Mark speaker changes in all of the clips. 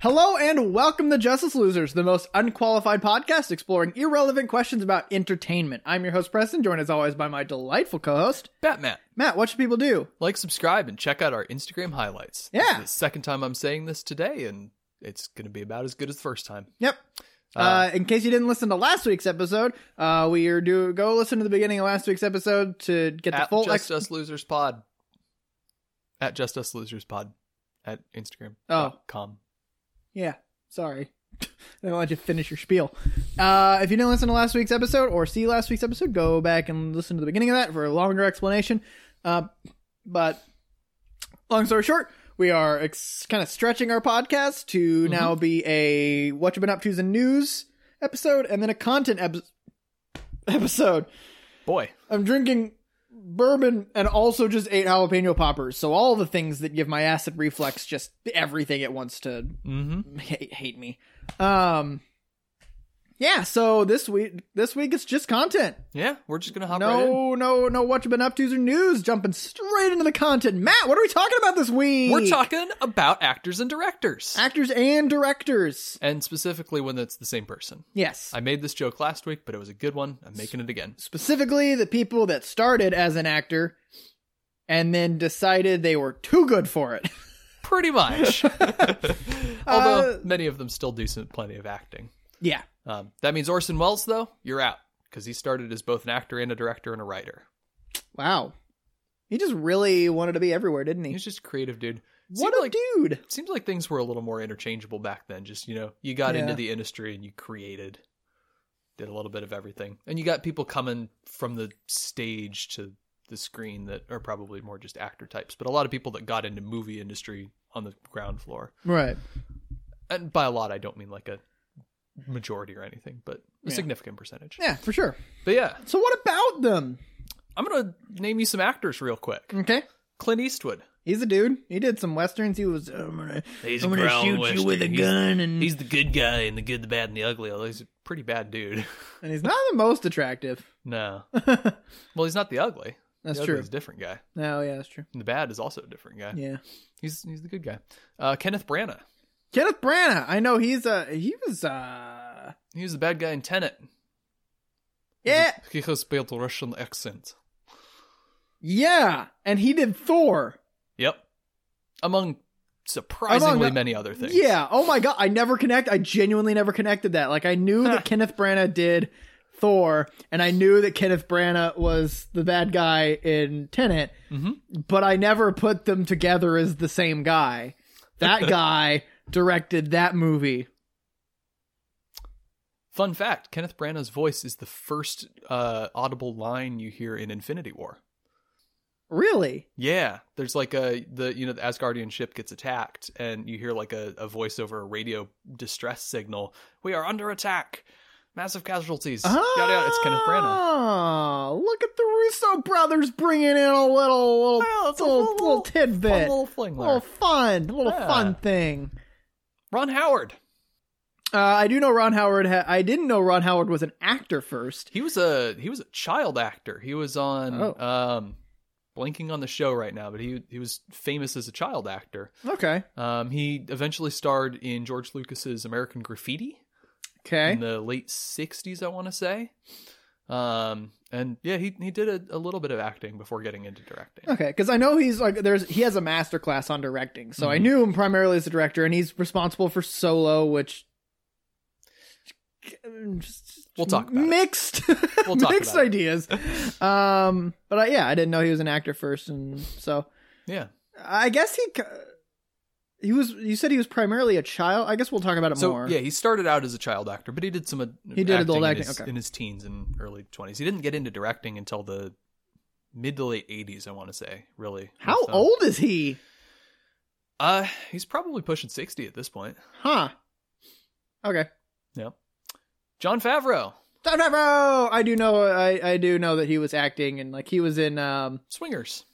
Speaker 1: Hello and welcome to Justice Losers, the most unqualified podcast exploring irrelevant questions about entertainment. I'm your host, Preston, joined as always by my delightful co host,
Speaker 2: Batman.
Speaker 1: Matt. What should people do?
Speaker 2: Like, subscribe, and check out our Instagram highlights. This
Speaker 1: Yeah.
Speaker 2: is the second time I'm saying this today, and it's going to be about as good as the first time.
Speaker 1: Yep. Uh, in case you didn't listen to last week's episode, uh, we are do go listen to the beginning of last week's episode to get the
Speaker 2: At
Speaker 1: full.
Speaker 2: Just
Speaker 1: ex-
Speaker 2: Us Losers Pod. At Just Us Losers Pod. At Instagram.
Speaker 1: Oh.
Speaker 2: dot Com.
Speaker 1: yeah, sorry, I didn't let you finish your spiel. Uh, if you didn't listen to last week's episode or see last week's episode, go back and listen to the beginning of that for a longer explanation. Uh, but long story short, we are ex- kind of stretching our podcast to now be a what you've been up to's and news episode, and then a content ep- episode.
Speaker 2: Boy.
Speaker 1: I'm drinking bourbon and also just ate jalapeno poppers. So all the things that give my acid reflex just everything it wants to
Speaker 2: Mm-hmm.
Speaker 1: hate, hate me. Um yeah, so this week this week it's just content.
Speaker 2: Yeah, we're just going to hop right in.
Speaker 1: No, no, no. What you been up to's or news? Jumping straight into the content. Matt, what are we talking about this week?
Speaker 2: We're talking about actors and directors.
Speaker 1: actors and directors.
Speaker 2: and specifically when it's the same person.
Speaker 1: Yes,
Speaker 2: I made this joke last week, but it was a good one. I'm making it again.
Speaker 1: specifically the people that started as an actor and then decided they were too good for it.
Speaker 2: Pretty much.
Speaker 1: Uh,
Speaker 2: Although many of them still do some, plenty of acting.
Speaker 1: yeah,
Speaker 2: Um, that means Orson Welles, though, you're out because he started as both an actor and a director and a writer.
Speaker 1: Wow. He just really wanted to be everywhere, didn't he?
Speaker 2: He's just a creative, dude.
Speaker 1: What
Speaker 2: Seems
Speaker 1: a
Speaker 2: like,
Speaker 1: dude.
Speaker 2: Seems like things were a little more interchangeable back then. Just you know, you got
Speaker 1: Yeah.
Speaker 2: into the industry and you created, did a little bit of everything, and you got people coming from the stage to the screen that are probably more just actor types, but a lot of people that got into movie industry on the ground floor.
Speaker 1: Right.
Speaker 2: And by a lot, I don't mean like a majority or anything, but a
Speaker 1: Yeah.
Speaker 2: significant percentage.
Speaker 1: Yeah, for sure.
Speaker 2: But yeah,
Speaker 1: So what about them?
Speaker 2: I'm gonna name you some actors real quick.
Speaker 1: Okay.
Speaker 2: Clint Eastwood.
Speaker 1: He's a dude. He did some westerns. He was I'm gonna,
Speaker 2: He's
Speaker 1: I'm gonna shoot you with a gun and
Speaker 2: He's the good guy and the good, the bad, and the ugly. Although he's a pretty bad dude.
Speaker 1: and he's not the most attractive.
Speaker 2: no,
Speaker 1: that's
Speaker 2: well, he's not the ugly. the
Speaker 1: true.
Speaker 2: He's a different guy.
Speaker 1: No, yeah, that's true.
Speaker 2: And the bad is also a different guy.
Speaker 1: Yeah.
Speaker 2: He's he's the good guy. Uh, Kenneth Branagh.
Speaker 1: Kenneth Branagh. I know he's uh he was uh
Speaker 2: He was the bad guy in Tenet.
Speaker 1: Yeah.
Speaker 2: He has bad Russian accent.
Speaker 1: Yeah. And he did Thor.
Speaker 2: Yep. Among surprisingly
Speaker 1: Among the-
Speaker 2: many other things.
Speaker 1: Yeah. Oh my god. I never connect. I genuinely never connected that. Like I knew that Kenneth Branagh did Thor, and I knew that Kenneth Branagh was the bad guy in Tenet,
Speaker 2: Mhm.
Speaker 1: but I never put them together as the same guy. That guy directed that movie.
Speaker 2: Fun fact: Kenneth Branagh's voice is the first uh, audible line you hear in Infinity War.
Speaker 1: Really?
Speaker 2: Yeah, there's like a the you know the Asgardian ship gets attacked, and you hear like a, a voice over a radio distress signal. We are under attack, massive casualties. Yada yada. It's Kenneth Branagh.
Speaker 1: Oh, look at the Russo brothers bringing in a little little,
Speaker 2: Well, it's a
Speaker 1: little,
Speaker 2: little-
Speaker 1: little tidbit,
Speaker 2: Fun little fling there.
Speaker 1: little fun, little
Speaker 2: Yeah.
Speaker 1: fun thing.
Speaker 2: Ron Howard.
Speaker 1: Uh, I do know Ron Howard. Ha- I didn't know Ron Howard was an actor first.
Speaker 2: He was a he was a child actor. He was on
Speaker 1: Oh.
Speaker 2: um blinking on the show right now, but he he was famous as a child actor.
Speaker 1: Okay.
Speaker 2: Um, he eventually starred in George Lucas's American Graffiti.
Speaker 1: Okay.
Speaker 2: in the late 60s i want to say um and yeah he he did a, a little bit of acting before getting into directing
Speaker 1: Okay, because I know he's like there's he has a master class on directing, so I
Speaker 2: Mhm.
Speaker 1: knew him primarily as a director, and he's responsible for Solo, which
Speaker 2: We'll talk about it.
Speaker 1: mixed
Speaker 2: We'll talk
Speaker 1: mixed
Speaker 2: about it.
Speaker 1: ideas. um, but I, yeah, I didn't know he was an actor first, and so
Speaker 2: yeah
Speaker 1: I guess he c- he was. You said he was primarily a child. I guess we'll talk about it
Speaker 2: so
Speaker 1: more.
Speaker 2: yeah he started out as a child actor but he did some uh,
Speaker 1: He did adult
Speaker 2: in
Speaker 1: acting,
Speaker 2: his,
Speaker 1: okay.
Speaker 2: in his teens and early 20s he didn't get into directing until the mid to late 80s i want to say really
Speaker 1: How
Speaker 2: With, um,
Speaker 1: old is he?
Speaker 2: uh he's probably pushing 60 at this point
Speaker 1: Huh. Okay.
Speaker 2: john favreau
Speaker 1: Tom Favreau! I do know I, I do know that he was acting and like he was in um
Speaker 2: swingers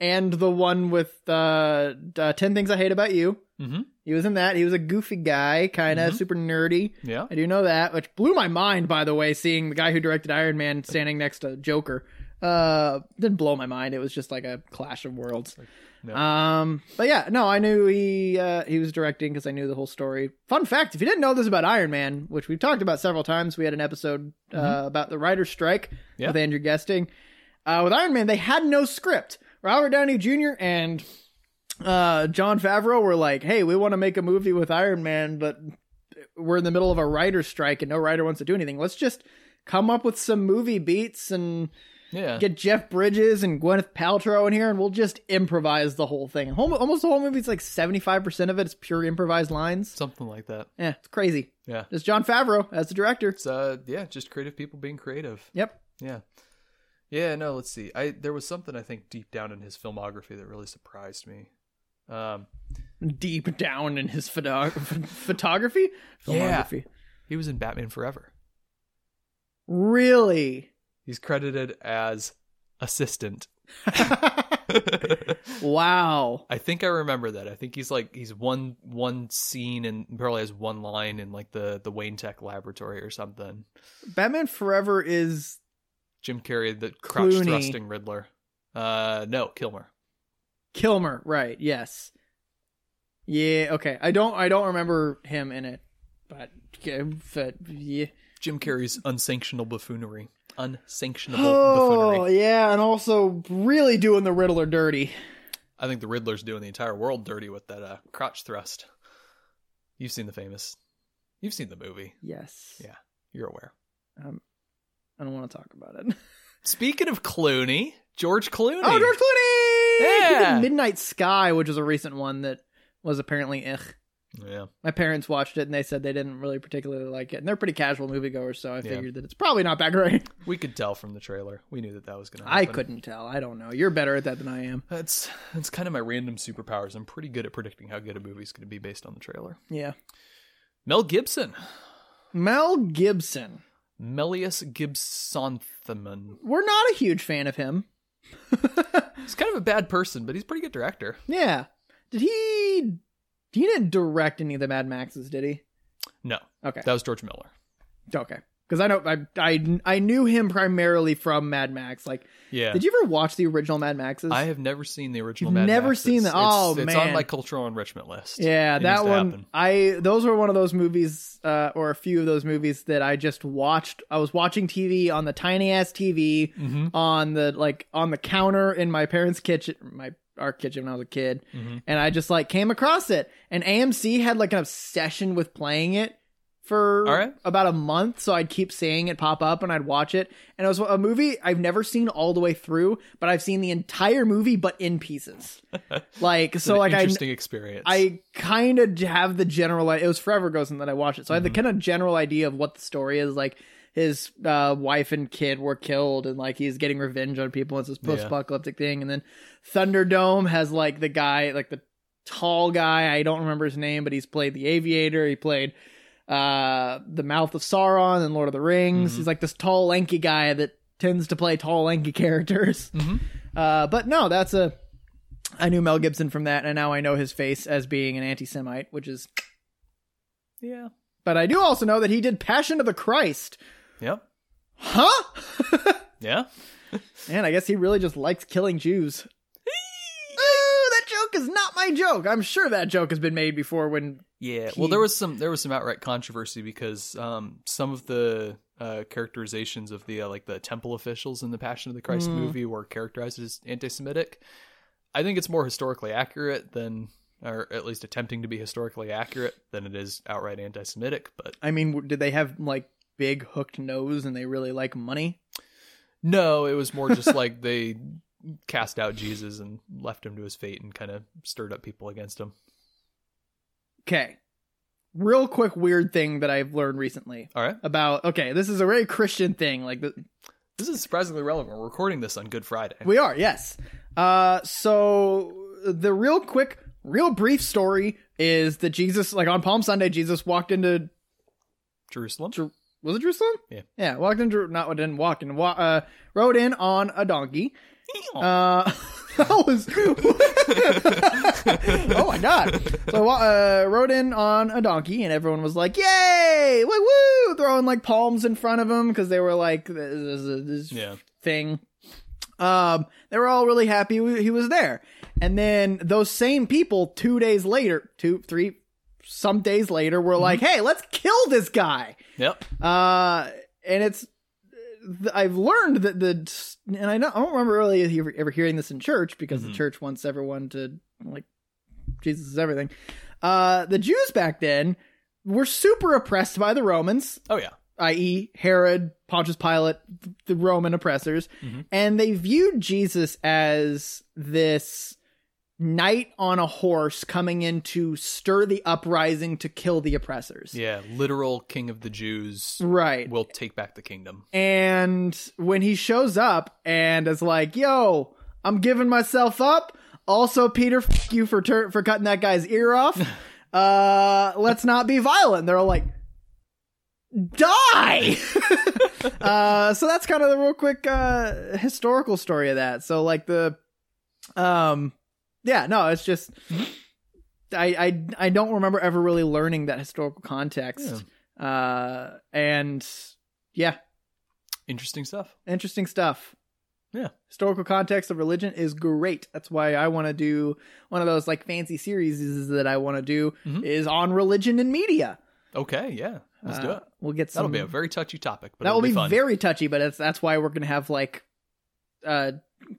Speaker 1: and the one with uh, uh Ten Things I Hate About You.
Speaker 2: mm-hmm
Speaker 1: He was in that. He was a goofy guy, kind of
Speaker 2: Mhm.
Speaker 1: super nerdy.
Speaker 2: yeah
Speaker 1: I do know that, which blew my mind by the way, seeing the guy who directed Iron Man standing next to Joker. Uh didn't blow my mind. It was just like a clash of worlds.
Speaker 2: No.
Speaker 1: Um, but yeah, no, I knew he uh, he was directing because I knew the whole story. Fun fact: if you didn't know this about Iron Man, which we've talked about several times, we had an episode uh, about the writer's strike
Speaker 2: Mm-hmm. Yeah.
Speaker 1: with Andrew Guesting. Uh, with Iron Man, they had no script. Robert Downey Jr. and uh, John Favreau were like, "Hey, we want to make a movie with Iron Man, but we're in the middle of a writer's strike and no writer wants to do anything. Let's just come up with some movie beats and."
Speaker 2: Yeah.
Speaker 1: get Jeff Bridges and Gwyneth Paltrow in here, and we'll just improvise the whole thing. Whole, almost the whole movie movie's like seventy five percent of it is pure improvised lines.
Speaker 2: Something like that.
Speaker 1: Yeah, it's crazy.
Speaker 2: Yeah.
Speaker 1: It's John Favreau as the director.
Speaker 2: It's uh yeah, just creative people being creative.
Speaker 1: Yep.
Speaker 2: Yeah. Yeah, no, let's see. I there was something I think deep down in his filmography that really surprised me. Um
Speaker 1: Deep down in his photo- photography,
Speaker 2: Yeah.
Speaker 1: filmography.
Speaker 2: he was in Batman Forever.
Speaker 1: Really?
Speaker 2: He's credited as assistant.
Speaker 1: wow.
Speaker 2: I think I remember that. I think he's like he's one one scene and probably has one line in like the the Wayne Tech laboratory or something.
Speaker 1: Batman Forever is
Speaker 2: Jim Carrey the crouch
Speaker 1: Clooney.
Speaker 2: thrusting Riddler. Uh no, Kilmer.
Speaker 1: Kilmer, right? Yes. Yeah. Okay. I don't. I don't remember him in it, but, but yeah.
Speaker 2: Jim Carrey's unsanctionable buffoonery. Unsanctionable
Speaker 1: Oh,
Speaker 2: buffoonery.
Speaker 1: yeah, and also really doing the Riddler dirty.
Speaker 2: I think the Riddler's doing the entire world dirty with that uh, crotch thrust. You've seen the famous. You've seen the movie.
Speaker 1: Yes.
Speaker 2: Yeah. You're aware.
Speaker 1: Um, I don't want to talk about it.
Speaker 2: Speaking of Clooney, George Clooney.
Speaker 1: Oh, George Clooney! He did
Speaker 2: Yeah.
Speaker 1: Midnight Sky, which was a recent one that was apparently ugh.
Speaker 2: Yeah.
Speaker 1: My parents watched it and they said they didn't really particularly like it. And they're pretty casual moviegoers, so I
Speaker 2: Yeah.
Speaker 1: figured that it's probably not that great.
Speaker 2: We could tell from the trailer. We knew that that was going to happen.
Speaker 1: I couldn't tell. I don't know. You're better at that than I am.
Speaker 2: That's that's kind of my random superpowers. I'm pretty good at predicting how good a movie's going to be based on the trailer.
Speaker 1: Yeah.
Speaker 2: Mel Gibson.
Speaker 1: Mel Gibson.
Speaker 2: Melius Gibsontheman.
Speaker 1: We're not a huge fan of him.
Speaker 2: He's kind of a bad person, but he's a pretty good director.
Speaker 1: Yeah. Did he. He didn't direct any of the Mad Maxes, did he?
Speaker 2: No,
Speaker 1: Okay.
Speaker 2: that was George Miller.
Speaker 1: Okay. Because I know I, I I knew him primarily from Mad Max. Like,
Speaker 2: Yeah.
Speaker 1: did you ever watch the original Mad Maxes?
Speaker 2: I have never seen the original.
Speaker 1: You've
Speaker 2: Mad
Speaker 1: never
Speaker 2: Maxes.
Speaker 1: seen the-
Speaker 2: It's-
Speaker 1: oh,
Speaker 2: it's
Speaker 1: man.
Speaker 2: on my cultural enrichment list.
Speaker 1: yeah,
Speaker 2: It
Speaker 1: that
Speaker 2: needs to
Speaker 1: one.
Speaker 2: happen.
Speaker 1: I those were one of those movies, uh, or a few of those movies that I just watched. I was watching TV on the tiny ass TV
Speaker 2: Mhm.
Speaker 1: on the like on the counter in my parents' kitchen, my our kitchen when I was a kid,
Speaker 2: Mhm.
Speaker 1: and I just like came across it. And AMC had like an obsession with playing it for
Speaker 2: All right.
Speaker 1: about a month, so I'd keep seeing it pop up and I'd watch it. And it was a movie I've never seen all the way through, but I've seen the entire movie but in pieces. like
Speaker 2: It's
Speaker 1: so,
Speaker 2: an
Speaker 1: like I
Speaker 2: interesting experience.
Speaker 1: I kind of have the general. It was forever ago since that I watched it, so I had the kind of general idea of what the story is. Like his uh, wife and kid were killed, and like he's getting revenge on people. It's this
Speaker 2: Yeah.
Speaker 1: post-apocalyptic thing, and then Thunderdome has like the guy, like the tall guy. I don't remember his name, but he's played the Aviator. He played uh the mouth of sauron and lord of the rings
Speaker 2: Mhm.
Speaker 1: he's like this tall lanky guy that tends to play tall lanky characters
Speaker 2: Mhm.
Speaker 1: uh but no that's a I knew Mel Gibson from that, and now I know his face as being an anti Semite, which is.
Speaker 2: yeah.
Speaker 1: But I do also know that he did Passion of the Christ.
Speaker 2: Yep.
Speaker 1: Huh?
Speaker 2: Yeah.
Speaker 1: and I guess he really just likes killing Jews. Ooh, that joke is not my joke. I'm sure that joke has been made before when.
Speaker 2: Yeah.
Speaker 1: He-
Speaker 2: Well, there was some there was some outright controversy because um, some of the uh, characterizations of the uh, like the temple officials in the Passion of the Christ
Speaker 1: Mm.
Speaker 2: movie were characterized as anti-Semitic. I think it's more historically accurate than, or at least attempting to be historically accurate than it is outright anti-Semitic. But
Speaker 1: I mean, w- did they have, like, big hooked nose and they really like money?
Speaker 2: No, it was more just like they cast out Jesus and left him to his fate and kind of stirred up people against him.
Speaker 1: Okay. Real quick, weird thing that I've learned recently
Speaker 2: All right.
Speaker 1: about. Okay, this is a very Christian thing. Like, the,
Speaker 2: This is surprisingly relevant. We're recording this on Good Friday.
Speaker 1: We are, yes. Uh, so the real quick, real brief story is that Jesus, like on Palm Sunday, Jesus walked into
Speaker 2: Jerusalem.
Speaker 1: Jer- was it Jerusalem?
Speaker 2: Yeah.
Speaker 1: yeah, walked into not didn't walk and wa- uh, rode in on a donkey.
Speaker 2: Oh.
Speaker 1: Uh, that was oh my god! So uh, rode in on a donkey, and everyone was like, "Yay! Woo woo!" Throwing like palms in front of him because they were like, "This is this is
Speaker 2: yeah.
Speaker 1: thing. Um, they were all really happy we, he was there. And then those same people, two days later, two, three, some days later, were like, hey, let's kill this guy.
Speaker 2: Yep.
Speaker 1: Uh, and it's th- I've learned that the and I don't, I don't remember really ever, ever hearing this in church because
Speaker 2: Mhm.
Speaker 1: the church wants everyone to like Jesus is everything. Uh, the Jews back then were super oppressed by the Romans,
Speaker 2: Oh yeah.
Speaker 1: i.e., Herod, Pontius Pilate, th- the Roman oppressors,
Speaker 2: Mhm.
Speaker 1: and they viewed Jesus as this knight on a horse coming in to stir the uprising to kill the oppressors.
Speaker 2: Yeah. Literal king of the Jews
Speaker 1: Right.
Speaker 2: will take back the kingdom.
Speaker 1: And when he shows up and is like, "Yo, I'm giving myself up." Also, Peter, f- you for tur- for cutting that guy's ear off. Uh, let's not be violent. They're all like, "Die." uh, so that's kind of the real quick uh, historical story of that. So like the, um, yeah, no, it's just. I, I I don't remember ever really learning that historical context, uh, and yeah,
Speaker 2: Interesting stuff.
Speaker 1: interesting stuff.
Speaker 2: Yeah.
Speaker 1: Historical context of religion is great. That's why I want to do one of those like fancy series that I want to do
Speaker 2: Mhm.
Speaker 1: is on religion and media.
Speaker 2: Okay. Yeah. Let's do
Speaker 1: Uh,
Speaker 2: it.
Speaker 1: We'll get some.
Speaker 2: That'll be a very touchy topic, but
Speaker 1: that
Speaker 2: it'll
Speaker 1: will be,
Speaker 2: fun.
Speaker 1: very touchy, but it's, that's why we're going to have like uh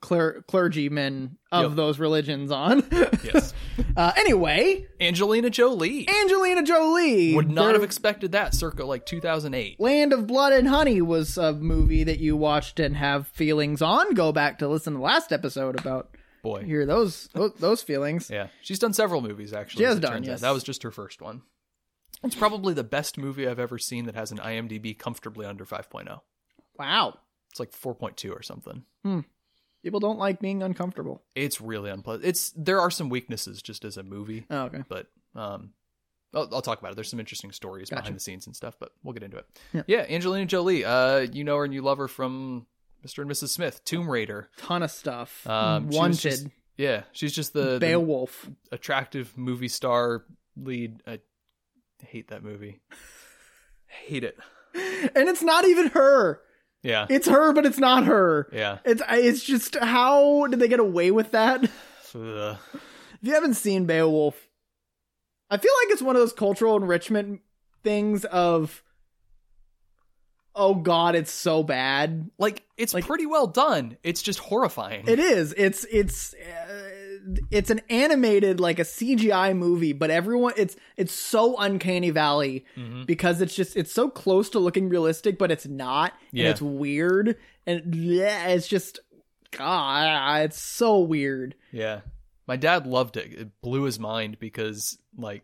Speaker 1: cler- clergymen of
Speaker 2: Yep.
Speaker 1: those religions on.
Speaker 2: yes.
Speaker 1: uh, anyway,
Speaker 2: Angelina Jolie
Speaker 1: Angelina Jolie
Speaker 2: would not
Speaker 1: their
Speaker 2: have expected that circa like 2008.
Speaker 1: Land of Blood and Honey was a movie that you watched and have feelings on. Go back to listen to the last episode about
Speaker 2: Boy.
Speaker 1: hear those those, those feelings.
Speaker 2: Yeah, she's done several movies actually.
Speaker 1: She has
Speaker 2: as it
Speaker 1: done,
Speaker 2: turns out.
Speaker 1: yes.
Speaker 2: That was just her first one. It's probably the best movie I've ever seen that has an IMDb comfortably under 5.0.
Speaker 1: Wow,
Speaker 2: It's like 4.2 or something.
Speaker 1: people don't like being uncomfortable.
Speaker 2: It's really unpleasant. It's there are some weaknesses just as a movie,
Speaker 1: Oh, okay.
Speaker 2: but um, I'll, I'll talk about it. There's some interesting stories
Speaker 1: Gotcha.
Speaker 2: behind the scenes and stuff, but we'll get into it.
Speaker 1: Yeah.
Speaker 2: Angelina Jolie. Uh, you know her and you love her from Mr. and Mrs. Smith, Tomb Raider.
Speaker 1: Ton of stuff.
Speaker 2: Um, she was
Speaker 1: Wanted.
Speaker 2: just Yeah, she's just the, the
Speaker 1: Beowulf.
Speaker 2: attractive movie star lead. I hate that movie. hate it.
Speaker 1: And it's not even her.
Speaker 2: Yeah.
Speaker 1: It's her, but it's not her.
Speaker 2: Yeah.
Speaker 1: It's I- it's just how did they get away with that? If
Speaker 2: Ugh.
Speaker 1: uh, you haven't seen Beowulf, I feel like it's one of those cultural enrichment things of oh god, it's so bad.
Speaker 2: Like it's
Speaker 1: Like-
Speaker 2: pretty well done. It's just horrifying.
Speaker 1: It is. It's it's uh, it's an animated like a CGI movie, but everyone it's it's so uncanny valley
Speaker 2: Mhm.
Speaker 1: because it's just it's so close to looking realistic, but it's not.
Speaker 2: Yeah.
Speaker 1: And it's weird and yeah, it's just god, it's so weird.
Speaker 2: Yeah. My dad loved it. It blew his mind because like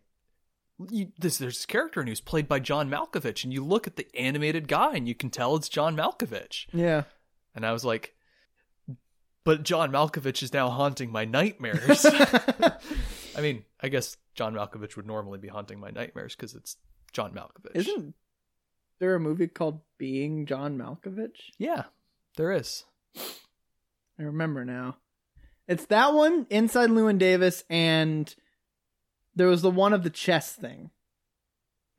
Speaker 2: you, this there's this character and he was played by John Malkovich and you look at the animated guy and you can tell it's John Malkovich.
Speaker 1: Yeah.
Speaker 2: And I was like but John Malkovich is now haunting my nightmares. I mean, I guess John Malkovich would normally be haunting my nightmares because it's John Malkovich.
Speaker 1: Isn't there a movie called Being John Malkovich?
Speaker 2: Yeah, there is.
Speaker 1: I remember now. It's that one, Inside Lewin Davis, and there was the one of the chess thing.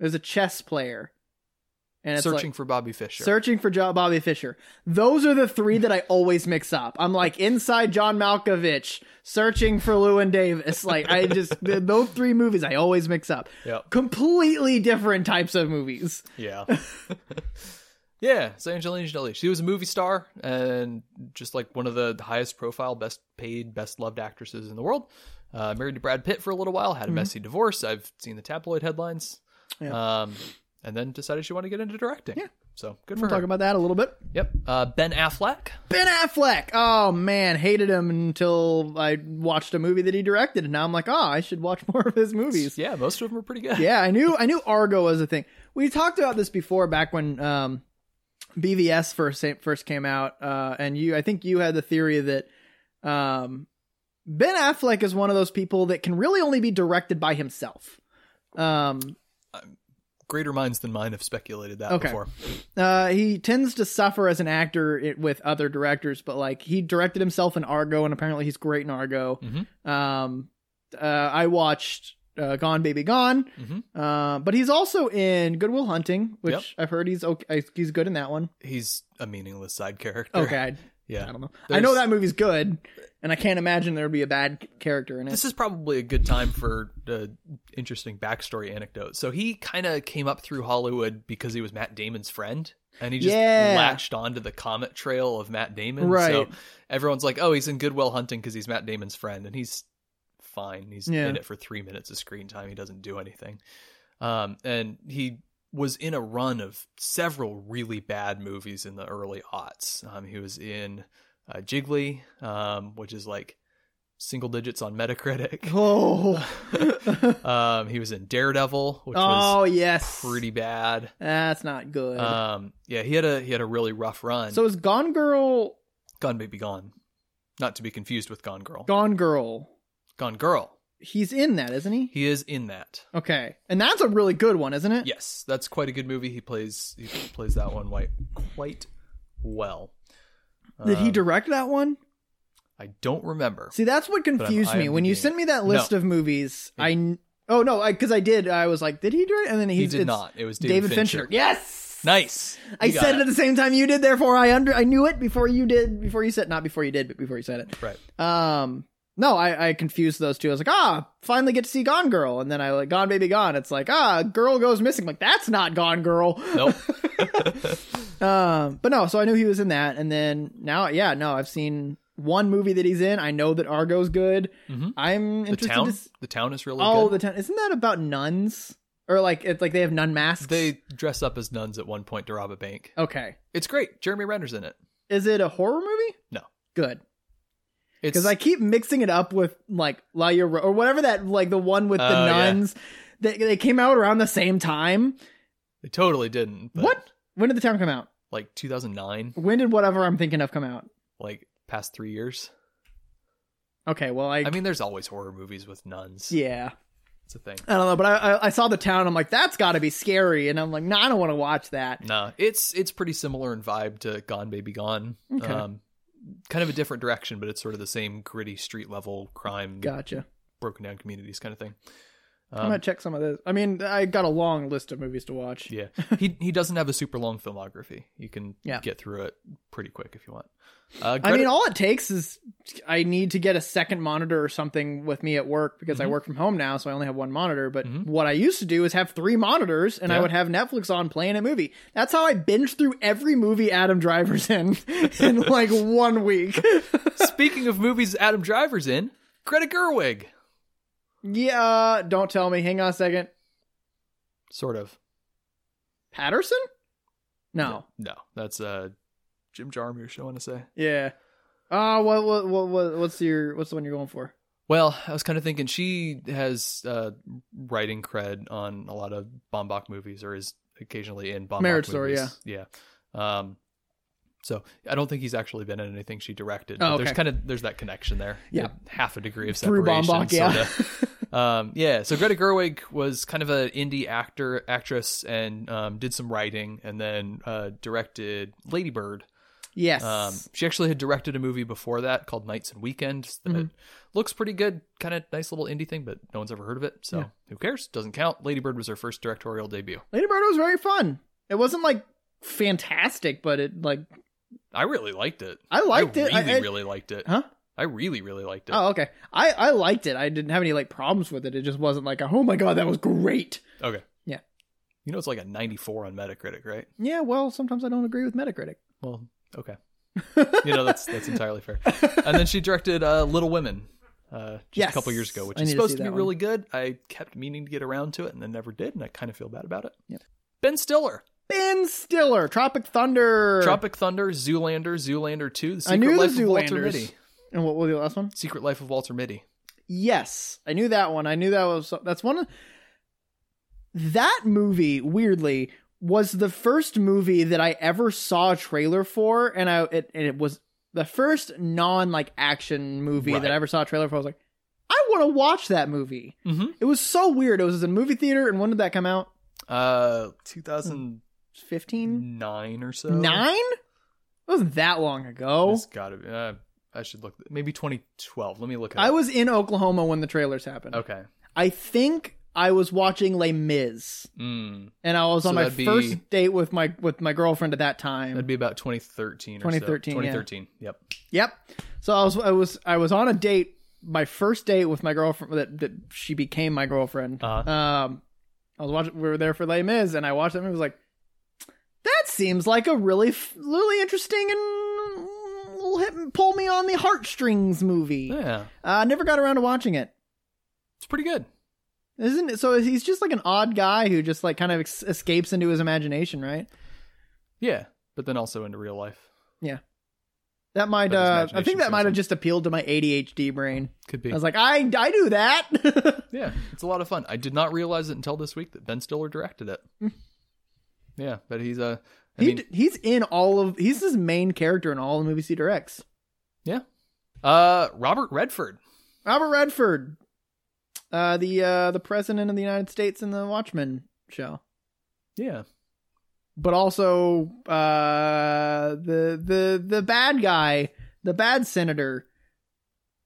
Speaker 1: There's a chess player. And it's
Speaker 2: Searching
Speaker 1: like,
Speaker 2: for Bobby Fischer.
Speaker 1: searching for John Bobby Fischer. Those are the three that I always mix up. I'm like Inside John Malkovich, Searching for Lewin Davis. Like I just th- those three movies I always mix up.
Speaker 2: Yeah.
Speaker 1: Completely different types of movies.
Speaker 2: Yeah. yeah. So Angelina Jolie, she was a movie star and just like one of the highest profile, best paid, best loved actresses in the world. Uh, married to Brad Pitt for a little while, had a
Speaker 1: Mm-hmm.
Speaker 2: messy divorce. I've seen the tabloid headlines. Um, and then decided she wanted to get into directing.
Speaker 1: Yeah.
Speaker 2: So good for
Speaker 1: We'll
Speaker 2: her.
Speaker 1: talk about that a little bit.
Speaker 2: yep. Uh, ben Affleck.
Speaker 1: Ben Affleck. Oh man, hated him until I watched a movie that he directed, and now I'm like, oh, I should watch more of his movies.
Speaker 2: Yeah, most of them are pretty good.
Speaker 1: yeah, I knew I knew Argo was a thing. We talked about this before, back when um, BVS first first came out, uh, and you, I think you had the theory that um, Ben Affleck is one of those people that can really only be directed by himself. Um,
Speaker 2: Greater minds than mine have speculated that
Speaker 1: Okay.
Speaker 2: before.
Speaker 1: Uh, he tends to suffer as an actor it, with other directors, but like he directed himself in Argo, and apparently he's great in Argo.
Speaker 2: Mhm.
Speaker 1: Um, uh, I watched uh, Gone Baby Gone,
Speaker 2: Mhm.
Speaker 1: uh, but he's also in Goodwill Hunting, which I've heard he's okay, he's good in that one.
Speaker 2: He's a meaningless side character.
Speaker 1: Okay, I I
Speaker 2: Yeah.
Speaker 1: don't know. I
Speaker 2: There's-
Speaker 1: know that movie's good, and I can't imagine there would be a bad c- character in it.
Speaker 2: This is probably a good time for uh, interesting backstory anecdote. So he kind of came up through Hollywood because he was Matt Damon's friend, and he just
Speaker 1: Yeah.
Speaker 2: latched onto the comet trail of Matt Damon. So
Speaker 1: Right.
Speaker 2: everyone's like, "Oh, he's in Goodwill Hunting because he's Matt Damon's friend," and he's fine. He's
Speaker 1: Yeah.
Speaker 2: in it for three minutes of screen time. He doesn't do anything. Um, and he was in a run of several really bad movies in the early aughts. Um, he was in uh, Jiggly, um, which is like single digits on Metacritic.
Speaker 1: oh,
Speaker 2: Um, he was in Daredevil, which was
Speaker 1: oh yes,
Speaker 2: pretty bad.
Speaker 1: That's not good.
Speaker 2: Um, yeah, he had a he had a really rough run.
Speaker 1: so is Gone Girl?
Speaker 2: Gone Baby Gone, not to be confused with Gone Girl.
Speaker 1: Gone
Speaker 2: Gone,
Speaker 1: Girl.
Speaker 2: Girl.
Speaker 1: He's in that, isn't he?
Speaker 2: He is in that.
Speaker 1: Okay, and that's a really good one, isn't it?
Speaker 2: Yes, that's quite a good movie. He plays he plays that one white quite well.
Speaker 1: Did he
Speaker 2: Um,
Speaker 1: direct that one?
Speaker 2: I don't remember.
Speaker 1: See, that's what
Speaker 2: I'm
Speaker 1: confused me when you
Speaker 2: IMDb.
Speaker 1: sent me that list of movies.
Speaker 2: He-
Speaker 1: I kn- oh no, because I, did. I was like, did he direct? And then he's,
Speaker 2: he did
Speaker 1: it's
Speaker 2: not. It was
Speaker 1: David,
Speaker 2: David,
Speaker 1: Fincher. Yes.
Speaker 2: Nice.
Speaker 1: I
Speaker 2: You got
Speaker 1: said it at the same time you did. Therefore, I under I knew it before you did. Before you said not before you did, but before you said it.
Speaker 2: Right.
Speaker 1: Um. No, I, I confused those two. I was like, ah, finally get to see Gone Girl, and then I like Gone Baby Gone. It's like, ah, girl goes missing. I'm like that's not Gone Girl.
Speaker 2: Nope.
Speaker 1: Um, but no, so I knew he was in that, and then now, yeah, no, I've seen one movie that he's in. I know that Argo's good.
Speaker 2: Mhm.
Speaker 1: I'm
Speaker 2: the
Speaker 1: interested.
Speaker 2: town.
Speaker 1: To s-
Speaker 2: The town is really
Speaker 1: oh,
Speaker 2: good.
Speaker 1: the town isn't that about nuns or like it's like they have nun masks?
Speaker 2: They dress up as nuns at one point to rob a bank.
Speaker 1: okay.
Speaker 2: It's great. Jeremy Renner's in it.
Speaker 1: Is it a horror movie?
Speaker 2: No.
Speaker 1: Good,
Speaker 2: It's
Speaker 1: because I keep mixing it up with like La Llorona or whatever that like the one with the
Speaker 2: Oh, yeah.
Speaker 1: nuns. They they came out around the same time.
Speaker 2: it totally didn't. But
Speaker 1: What? When did the town come out?
Speaker 2: Like 2009.
Speaker 1: When did whatever I'm thinking of come out?
Speaker 2: Like past three years.
Speaker 1: Okay, well I,
Speaker 2: I mean, there's always horror movies with nuns.
Speaker 1: yeah.
Speaker 2: It's a thing.
Speaker 1: I don't know, but I, I, I saw the town. I'm like, that's got to be scary, and I'm like, no, I don't want to watch that.
Speaker 2: Nah, it's it's pretty similar in vibe to Gone Baby Gone.
Speaker 1: Okay.
Speaker 2: Um, kind of a different direction, but it's sort of the same gritty street level crime,
Speaker 1: Gotcha.
Speaker 2: broken down communities kind of thing.
Speaker 1: I'm gonna
Speaker 2: Um,
Speaker 1: check some of this. I mean, I got a long list of movies to watch.
Speaker 2: yeah, he he doesn't have a super long filmography. You can
Speaker 1: Yeah.
Speaker 2: get through it pretty quick if you want. Uh,
Speaker 1: I
Speaker 2: Greta-
Speaker 1: mean, all it takes is I need to get a second monitor or something with me at work because I
Speaker 2: Mhm.
Speaker 1: work from home now, so I only have one monitor. But
Speaker 2: Mhm.
Speaker 1: what I used to do is have three monitors, and I
Speaker 2: Yeah.
Speaker 1: would have Netflix on playing a movie. That's how I binged through every movie Adam Driver's in in like one week.
Speaker 2: Speaking of movies Adam Driver's in, Greta Gerwig.
Speaker 1: yeah, don't tell me. Hang on a second.
Speaker 2: Sort of.
Speaker 1: Patterson? No.
Speaker 2: No, that's uh, Jim Jarmusch, I want to say.
Speaker 1: Yeah. Uh what, what what what what's your what's the one you're going for?
Speaker 2: Well, I was kind of thinking she has uh, writing cred on a lot of Bombach movies or is occasionally in Bombach
Speaker 1: Marriage
Speaker 2: movies.
Speaker 1: Story,
Speaker 2: yeah. Yeah. Um, so I don't think he's actually been in anything she directed.
Speaker 1: Oh,
Speaker 2: but There's
Speaker 1: okay.
Speaker 2: kind of there's that connection there.
Speaker 1: Yeah.
Speaker 2: Half a degree of
Speaker 1: Through
Speaker 2: separation.
Speaker 1: Bombach, yeah.
Speaker 2: sorta. um, yeah. So Greta Gerwig was kind of an indie actor, actress, and um, did some writing, and then uh, directed Lady Bird.
Speaker 1: yes.
Speaker 2: Um, she actually had directed a movie before that called Nights and Weekends that
Speaker 1: Mhm.
Speaker 2: looks pretty good, kind of nice little indie thing, but no one's ever heard of it, so
Speaker 1: Yeah.
Speaker 2: who cares? Doesn't count. Lady Bird was her first directorial debut.
Speaker 1: Lady Bird was very fun. It wasn't like fantastic, but it like
Speaker 2: I really liked it.
Speaker 1: I liked it.
Speaker 2: Really,
Speaker 1: I- I-
Speaker 2: really liked it.
Speaker 1: Huh?
Speaker 2: I really, really liked it.
Speaker 1: Oh, okay. I I liked it. I didn't have any like problems with it. It just wasn't like, a, "Oh my god, that was great."
Speaker 2: Okay.
Speaker 1: Yeah.
Speaker 2: You know it's like a 94 on Metacritic, right?
Speaker 1: Yeah, well, sometimes I don't agree with Metacritic.
Speaker 2: Well, okay. You know that's that's entirely fair. And then she directed uh, Little Women. Uh, just
Speaker 1: Yes.
Speaker 2: a couple years ago, which
Speaker 1: I
Speaker 2: is
Speaker 1: need to see
Speaker 2: supposed to,
Speaker 1: that
Speaker 2: be
Speaker 1: one.
Speaker 2: really good. I kept meaning to get around to it and then never did, and I kind of feel bad about it.
Speaker 1: Yep.
Speaker 2: Ben Stiller.
Speaker 1: ben Stiller, Tropic Thunder.
Speaker 2: Tropic Thunder, Zoolander, Zoolander 2, The Secret
Speaker 1: I knew the
Speaker 2: Life of Walter
Speaker 1: Zoolanders.
Speaker 2: Mitty.
Speaker 1: And what was the last one?
Speaker 2: Secret Life of Walter Mitty.
Speaker 1: Yes, I knew that one. I knew that was that's one. of- That movie, weirdly, was the first movie that I ever saw a trailer for, and I it, and it was the first non like action movie
Speaker 2: Right.
Speaker 1: that I ever saw a trailer for. I was like, I want to watch that movie.
Speaker 2: Mm-hmm.
Speaker 1: It was so weird. It was in a movie theater, and when did that come out?
Speaker 2: Uh, 2009
Speaker 1: Fifteen
Speaker 2: or so.
Speaker 1: nine? It wasn't that long ago.
Speaker 2: It's gotta be. Uh, I should look. Maybe 2012. Let me look it
Speaker 1: I
Speaker 2: up.
Speaker 1: was in Oklahoma when the trailers happened.
Speaker 2: okay.
Speaker 1: I think I was watching Les Mis,
Speaker 2: Mm,
Speaker 1: and I was
Speaker 2: So
Speaker 1: on my
Speaker 2: that'd be-
Speaker 1: first date with my with my girlfriend at that time.
Speaker 2: that'd be about 2013 or
Speaker 1: 2013,
Speaker 2: so.
Speaker 1: yeah.
Speaker 2: 2013. Yep.
Speaker 1: Yep. So I was I was I was on a date, my first date with my girlfriend that, that she became my girlfriend.
Speaker 2: Uh-huh.
Speaker 1: Um, I was watching. We were there for Les Mis, and I watched that movie. I was like, that seems like a really f- really interesting and little hit pull me on the heartstrings movie. Uh,
Speaker 2: Yeah.
Speaker 1: I never got around to watching it.
Speaker 2: It's pretty good.
Speaker 1: Isn't it? So he's just like an odd guy who just like kind of ex- escapes into his imagination, right?
Speaker 2: Yeah. But then also into real life.
Speaker 1: That might.
Speaker 2: But his
Speaker 1: Uh, I
Speaker 2: imagination
Speaker 1: think that
Speaker 2: turns
Speaker 1: might have
Speaker 2: him.
Speaker 1: just appealed to my ADHD brain.
Speaker 2: Could be.
Speaker 1: I was like, I I do that.
Speaker 2: yeah. It's a lot of fun. I did not realize it until this week that Ben Stiller directed it. yeah. But he's a. I
Speaker 1: Mm. he
Speaker 2: mean,
Speaker 1: d he's in all of he's his main character in all the movies he directs.
Speaker 2: uh, Robert Redford.
Speaker 1: Robert Redford, uh, the uh, the president of the United States in the Watchmen show,
Speaker 2: Yeah.
Speaker 1: but also uh, the the the bad guy, the bad senator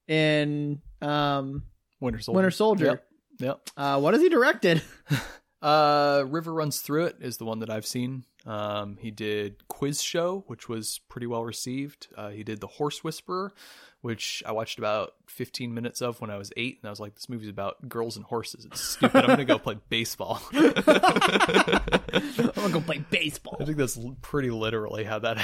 Speaker 1: in um,
Speaker 2: Winter Soldier.
Speaker 1: Winter Soldier.
Speaker 2: Yep. Yep.
Speaker 1: Uh, what has he directed?
Speaker 2: Uh, River Runs Through It is the one that I've seen. Um, he did Quiz Show, which was pretty well received. Uh, he did The Horse Whisperer, which I watched about 15 minutes of when I was eight, and I was like, this movie's about girls and horses. It's stupid. I'm going to go play baseball.
Speaker 1: I'm gonna go play
Speaker 2: I
Speaker 1: baseball.
Speaker 2: think that's l- pretty literally how that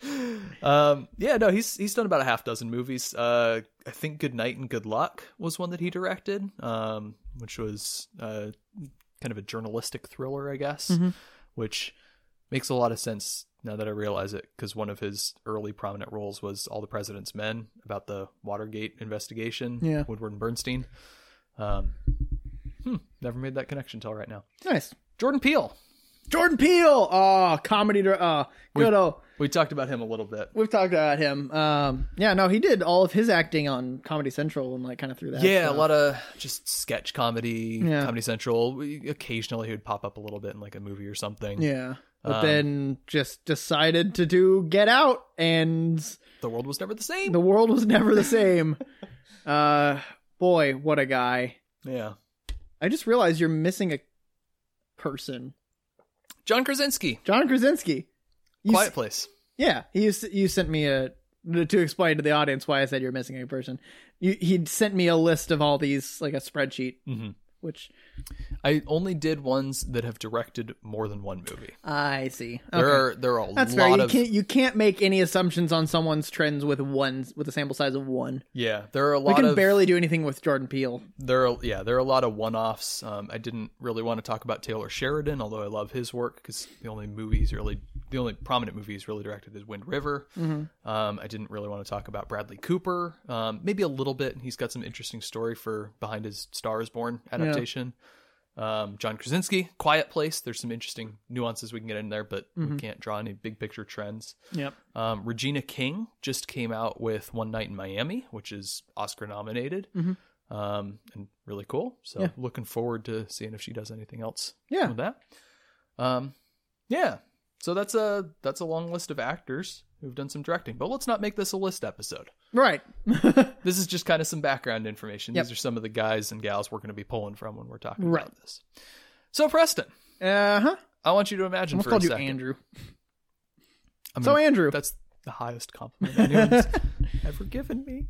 Speaker 2: happened. um, yeah, no, he's he's done about a half dozen movies. Uh, I think Good Night and Good Luck was one that he directed, um, which was uh, kind of a journalistic thriller, I guess,
Speaker 1: Mhm.
Speaker 2: which makes a lot of sense now that I realize it, because one of his early prominent roles was All the President's Men about the Watergate investigation,
Speaker 1: Yeah.
Speaker 2: Woodward and Bernstein. Um, hmm, never made that connection till right now.
Speaker 1: Nice.
Speaker 2: Jordan Peele.
Speaker 1: Jordan Peele. Oh, comedy. dir- Oh, good old.
Speaker 2: We talked about him a little bit.
Speaker 1: We've talked about him. Um, yeah, no, he did all of his acting on Comedy Central and like kind of through that.
Speaker 2: yeah,
Speaker 1: stuff.
Speaker 2: a lot of just sketch comedy,
Speaker 1: Yeah.
Speaker 2: Comedy Central. We, occasionally, he would pop up a little bit in like a movie or something.
Speaker 1: Yeah, but
Speaker 2: Um,
Speaker 1: then just decided to do Get Out, and
Speaker 2: The world was never the same.
Speaker 1: the world was never the same. uh, boy, what a guy!
Speaker 2: yeah,
Speaker 1: I just realized you're missing a person,
Speaker 2: John Krasinski,
Speaker 1: John Krasinski. You
Speaker 2: Quiet
Speaker 1: s-
Speaker 2: Place.
Speaker 1: yeah, you s- you sent me a to explain to the audience why I said you're missing a person. You, he'd sent me a list of all these, like a spreadsheet,
Speaker 2: hmm
Speaker 1: which
Speaker 2: I only did ones that have directed more than one movie.
Speaker 1: I see.
Speaker 2: There
Speaker 1: Okay.
Speaker 2: are there are a
Speaker 1: That's fair.
Speaker 2: lot
Speaker 1: You
Speaker 2: of
Speaker 1: can't you can't make any assumptions on someone's trends with one with a sample size of one.
Speaker 2: yeah. There are a
Speaker 1: We
Speaker 2: lot
Speaker 1: can
Speaker 2: of
Speaker 1: barely do anything with Jordan Peele.
Speaker 2: there are yeah there are a lot of one-offs um, i didn't really want to talk about taylor sheridan although i love his work because the only movie he's really the only prominent movie he's really directed is wind river um, i didn't really want to talk about bradley cooper um, maybe a little bit he's got some interesting story for behind his stars born adaptation um, john krasinski quiet place there's some interesting nuances we can get in there but we can't draw any big picture trends
Speaker 1: Yep.
Speaker 2: um, Regina King just came out with One Night in Miami, which is Oscar nominated
Speaker 1: Mhm.
Speaker 2: um, and really cool. So
Speaker 1: Yeah.
Speaker 2: looking forward to seeing if she does anything else
Speaker 1: Yeah.
Speaker 2: with that. Um, yeah. So that's a that's a long list of actors who've done some directing, but let's not make this a list episode.
Speaker 1: Right.
Speaker 2: This is just kind of some background information.
Speaker 1: Yep.
Speaker 2: These are some of the guys and gals we're going to be pulling from when we're talking
Speaker 1: Right.
Speaker 2: about this. So Preston,
Speaker 1: Uh huh.
Speaker 2: I want you to imagine
Speaker 1: We'll
Speaker 2: for a
Speaker 1: call you
Speaker 2: second.
Speaker 1: Andrew.
Speaker 2: I'm
Speaker 1: So
Speaker 2: gonna-
Speaker 1: Andrew,
Speaker 2: That's the highest compliment anyone's ever given me.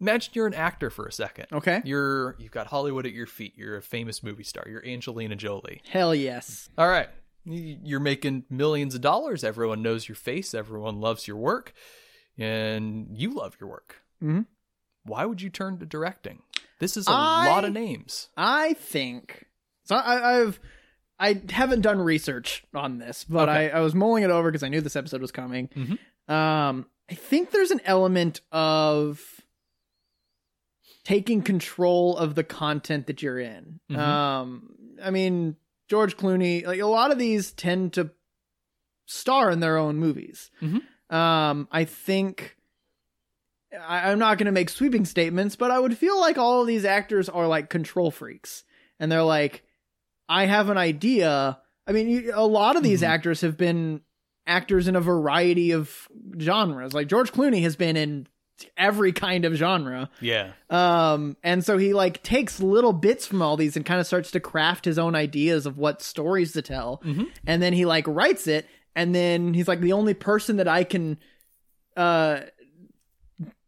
Speaker 2: Imagine you're an actor for a second.
Speaker 1: okay.
Speaker 2: You're you've got Hollywood at your feet. You're a famous movie star. You're Angelina Jolie.
Speaker 1: Hell yes.
Speaker 2: All right. Y- You're making millions of dollars. Everyone knows your face. Everyone loves your work. And you love your work.
Speaker 1: Mhm.
Speaker 2: Why would you turn to directing? This is a
Speaker 1: I-
Speaker 2: lot of names.
Speaker 1: I think so. I, I've I haven't done research on this, but
Speaker 2: Okay.
Speaker 1: I, I was mulling it over because I knew this episode was coming.
Speaker 2: Mhm.
Speaker 1: Um, I think there's an element of taking control of the content that you're in.
Speaker 2: Mhm.
Speaker 1: Um, I mean, George Clooney, like a lot of these tend to star in their own movies.
Speaker 2: Mhm.
Speaker 1: Um, I think I, I'm not going to make sweeping statements, but I would feel like all of these actors are like control freaks, and they're like, I have an idea. I mean, you, a lot of these
Speaker 2: Mhm.
Speaker 1: actors have been actors in a variety of genres. Like George Clooney has been in every kind of genre.
Speaker 2: Yeah.
Speaker 1: Um, and so he like takes little bits from all these and kind of starts to craft his own ideas of what stories to tell.
Speaker 2: Mhm.
Speaker 1: And then he like writes it, and then he's like, the only person that I can, uh,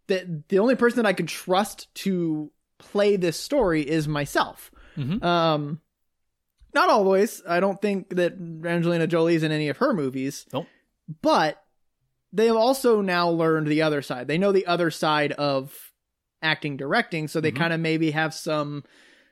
Speaker 1: that the only person that I can trust to play this story is myself.
Speaker 2: Mhm.
Speaker 1: Um, not always. I don't think that Angelina Jolie's in any of her movies.
Speaker 2: Nope.
Speaker 1: But they have also now learned the other side. They know the other side of acting directing, so they
Speaker 2: Mhm.
Speaker 1: kind of maybe have some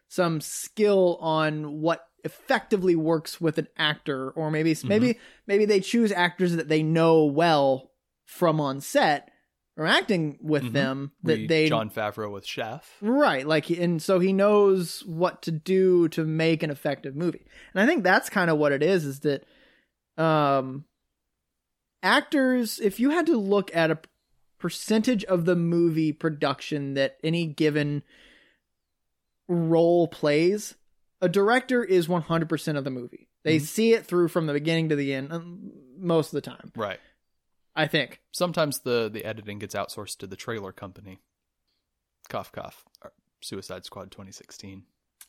Speaker 1: some skill on what effectively works with an actor or maybe maybe maybe they choose actors that they know well from on set or acting with
Speaker 2: Mhm.
Speaker 1: them that
Speaker 2: Read
Speaker 1: they
Speaker 2: John Favreau with Chef.
Speaker 1: Right, like and so he knows what to do to make an effective movie. And I think that's kind of what it is is that um actors if you had to look at a percentage of the movie production that any given role plays, a director is 100% of the movie. They
Speaker 2: Mhm.
Speaker 1: see it through from the beginning to the end um, most of the time,
Speaker 2: Right.
Speaker 1: I think.
Speaker 2: Sometimes the the editing gets outsourced to the trailer company. Cough cough. Our Suicide Squad 2016.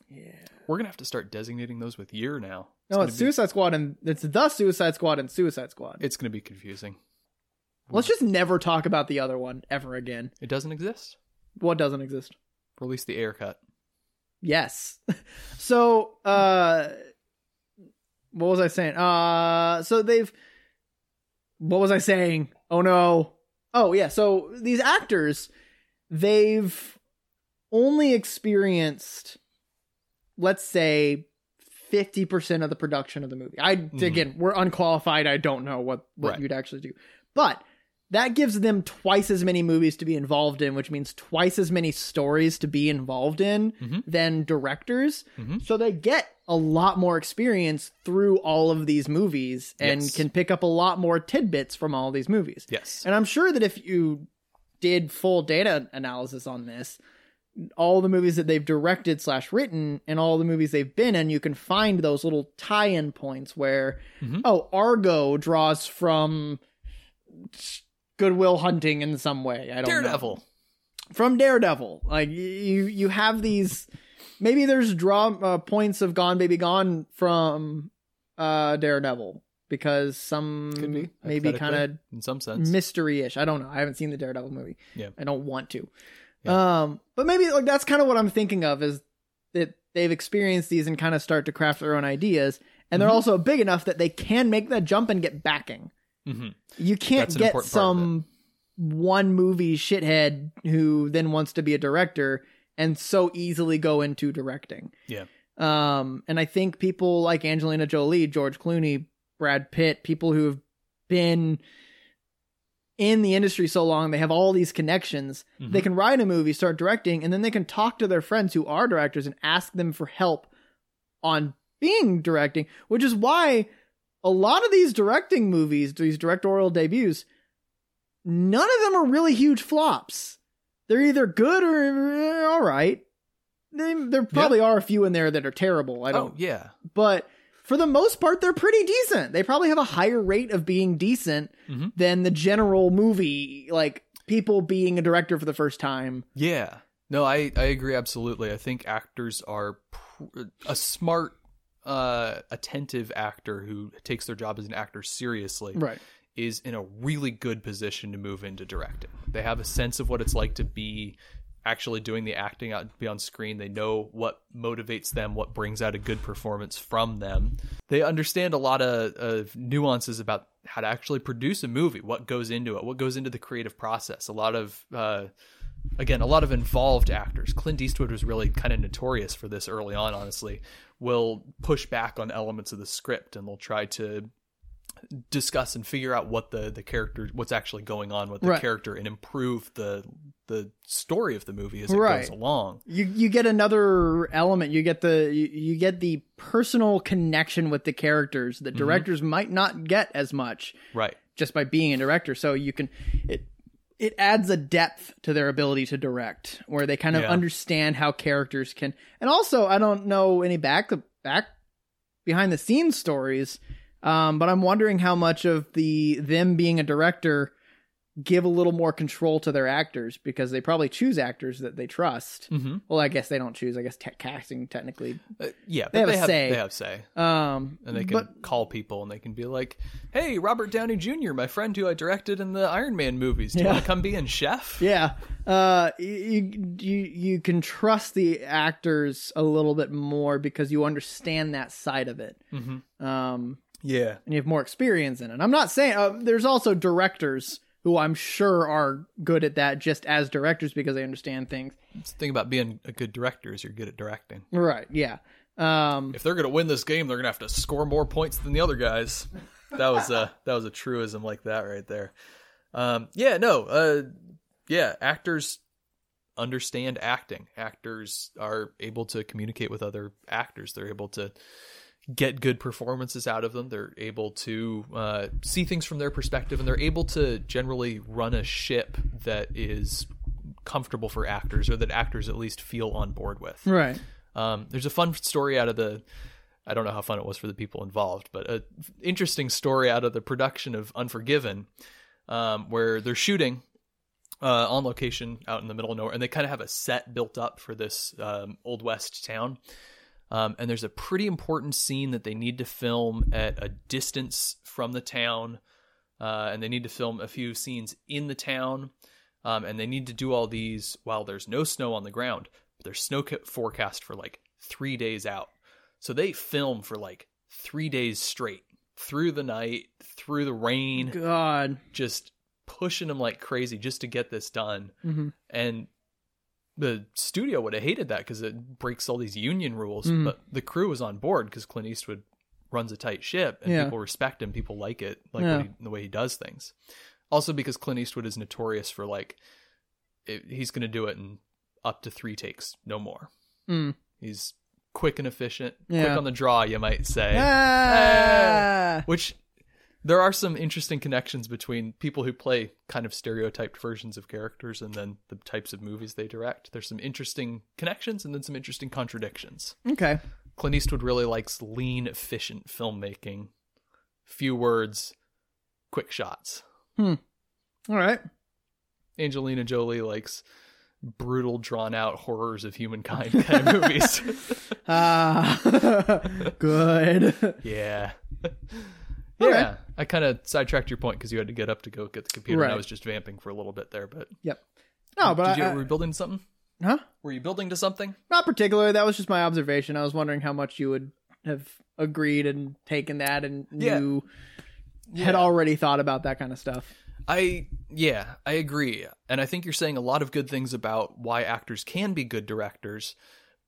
Speaker 1: Yeah.
Speaker 2: We're gonna have to start designating those with year now.
Speaker 1: No,
Speaker 2: gonna
Speaker 1: it's
Speaker 2: be-
Speaker 1: Suicide Squad and it's the Suicide Squad and Suicide Squad.
Speaker 2: It's gonna be confusing.
Speaker 1: Let's just never talk about the other one ever again.
Speaker 2: It doesn't exist.
Speaker 1: What doesn't exist?
Speaker 2: Release the air cut.
Speaker 1: Yes. so, uh what was I saying? Uh so they've what was I saying? Oh no. Oh yeah, so these actors they've only experienced let's say 50% of the production of the movie. I again, we're unqualified. I don't know what what
Speaker 2: Right.
Speaker 1: you'd actually do. But that gives them twice as many movies to be involved in, which means twice as many stories to be involved in
Speaker 2: Mhm.
Speaker 1: than directors.
Speaker 2: Mhm.
Speaker 1: So they get a lot more experience through all of these movies and
Speaker 2: Yes.
Speaker 1: can pick up a lot more tidbits from all these movies.
Speaker 2: Yes.
Speaker 1: And I'm sure that if you did full data analysis on this, all the movies that they've directed slash written and all the movies they've been in, you can find those little tie-in points where,
Speaker 2: Mhm.
Speaker 1: oh, Argo draws from Goodwill Hunting in some way. I don't know
Speaker 2: Daredevil.
Speaker 1: from Daredevil. Like y- you, you have these. Maybe there's draw uh, points of Gone Baby Gone from uh, Daredevil because some
Speaker 2: Could be,
Speaker 1: maybe kind of
Speaker 2: hypothetically, in some sense.
Speaker 1: mystery ish. I don't know. I haven't seen the Daredevil movie.
Speaker 2: Yeah.
Speaker 1: I don't want to. Um, but maybe like that's kind of what I'm thinking of is that they've experienced these and kind of start to craft their own ideas, and they're
Speaker 2: Mhm.
Speaker 1: also big enough that they can make that jump and get backing.
Speaker 2: hmm
Speaker 1: You can't
Speaker 2: That's an
Speaker 1: get
Speaker 2: important part of
Speaker 1: some one movie shithead who then wants to be a director and so easily go into directing.
Speaker 2: Yeah.
Speaker 1: Um, and I think people like Angelina Jolie, George Clooney, Brad Pitt, people who have been in the industry so long, they have all these connections.
Speaker 2: Mhm.
Speaker 1: They can write a movie, start directing, and then they can talk to their friends who are directors and ask them for help on being directing, which is why a lot of these directing movies, these directorial debuts, none of them are really huge flops. They're either good or eh, all right. They, there probably are a few in there that are terrible. I don't
Speaker 2: Oh yeah.
Speaker 1: but for the most part, they're pretty decent. They probably have a higher rate of being decent
Speaker 2: Mhm.
Speaker 1: than the general movie, like people being a director for the first time.
Speaker 2: Yeah. No, I, I agree absolutely. I think actors are pr- a smart, uh, attentive actor who takes their job as an actor seriously
Speaker 1: Right.
Speaker 2: is in a really good position to move into directing. They have a sense of what it's like to be actually doing the acting out be on screen. They know what motivates them, what brings out a good performance from them. They understand a lot of, of nuances about how to actually produce a movie, what goes into it, what goes into the creative process. A lot of uh, again, a lot of involved actors. Clint Eastwood was really kind of notorious for this early on, honestly. Will push back on elements of the script and they'll try to discuss and figure out what the the character what's actually going on with the
Speaker 1: Right.
Speaker 2: character and improve the the story of the movie as it
Speaker 1: Right.
Speaker 2: goes along.
Speaker 1: You you get another element. You get the you, you get the personal connection with the characters that directors might not get as much
Speaker 2: Right.
Speaker 1: just by being a director. So you can it it adds a depth to their ability to direct, where they kind of
Speaker 2: Yeah.
Speaker 1: understand how characters can. And also, I don't know any back back behind the scenes stories, um, but I'm wondering how much of the them being a director give a little more control to their actors because they probably choose actors that they trust.
Speaker 2: Mm-hmm.
Speaker 1: Well, I guess they don't choose. I guess te- casting technically.
Speaker 2: Uh, yeah, but
Speaker 1: They have
Speaker 2: they
Speaker 1: a
Speaker 2: have
Speaker 1: say.
Speaker 2: they have say,
Speaker 1: Um,
Speaker 2: and they can
Speaker 1: but
Speaker 2: call people, and they can be like, "Hey, Robert Downey Jr., my friend who I directed in the Iron Man movies, do you
Speaker 1: Yeah.
Speaker 2: want to come be in Chef?"
Speaker 1: yeah, uh, you you you can trust the actors a little bit more because you understand that side of it.
Speaker 2: hmm
Speaker 1: Um,
Speaker 2: yeah,
Speaker 1: and you have more experience in it. I'm not saying uh, there's also directors who I'm sure are good at that just as directors because they understand things.
Speaker 2: It's the thing about being a good director is you're good at directing.
Speaker 1: Right. Yeah. Um,
Speaker 2: If they're gonna win this game, they're gonna have to score more points than the other guys. That was a that was a truism like that right there. Um, yeah, no, uh, yeah, actors understand acting. Actors are able to communicate with other actors. They're able to get good performances out of them. They're able to uh, see things from their perspective, and they're able to generally run a ship that is comfortable for actors, or that actors at least feel on board with.
Speaker 1: right.
Speaker 2: Um, there's a fun story out of the. I don't know how fun it was for the people involved, but an interesting story out of the production of Unforgiven, um, where they're shooting uh, on location out in the middle of nowhere, and they kind of have a set built up for this um, old west town. Um, and there's a pretty important scene that they need to film at a distance from the town, uh, and they need to film a few scenes in the town, um, and they need to do all these while there's no snow on the ground. But there's snow ca- forecast for like three days out, so they film for like three days straight through the night, through the rain,
Speaker 1: God.
Speaker 2: just pushing them like crazy just to get this done.
Speaker 1: Mm-hmm.
Speaker 2: And the studio would have hated that because it breaks all these union rules.
Speaker 1: Mhm.
Speaker 2: But the crew was on board because Clint Eastwood runs a tight ship and
Speaker 1: Yeah.
Speaker 2: people respect him. People like it, like
Speaker 1: Yeah.
Speaker 2: what he, the way he does things. Also, because Clint Eastwood is notorious for like, it, he's going to do it in up to three takes, no more.
Speaker 1: Mm.
Speaker 2: He's quick and efficient,
Speaker 1: Yeah.
Speaker 2: quick on the draw, you might say
Speaker 1: Ah!
Speaker 2: which there are some interesting connections between people who play kind of stereotyped versions of characters and then the types of movies they direct. There's some interesting connections and then some interesting contradictions.
Speaker 1: Okay.
Speaker 2: Clint Eastwood really likes lean, efficient filmmaking. Few words, quick shots.
Speaker 1: All right.
Speaker 2: Angelina Jolie likes brutal, drawn out horrors of humankind kind of movies.
Speaker 1: Ah, good.
Speaker 2: Yeah.
Speaker 1: All
Speaker 2: yeah. I kind of sidetracked your point because you had to get up to go get the computer. And I
Speaker 1: Right.
Speaker 2: was just vamping for a little bit there, but
Speaker 1: No, but
Speaker 2: Did you,
Speaker 1: I-
Speaker 2: were you building something?
Speaker 1: I- huh?
Speaker 2: Were you building to something?
Speaker 1: Not particular. That was just my observation. I was wondering how much you would have agreed and taken that, and
Speaker 2: Yeah.
Speaker 1: you had already thought about that kind of stuff.
Speaker 2: I yeah, I agree, and I think you're saying a lot of good things about why actors can be good directors.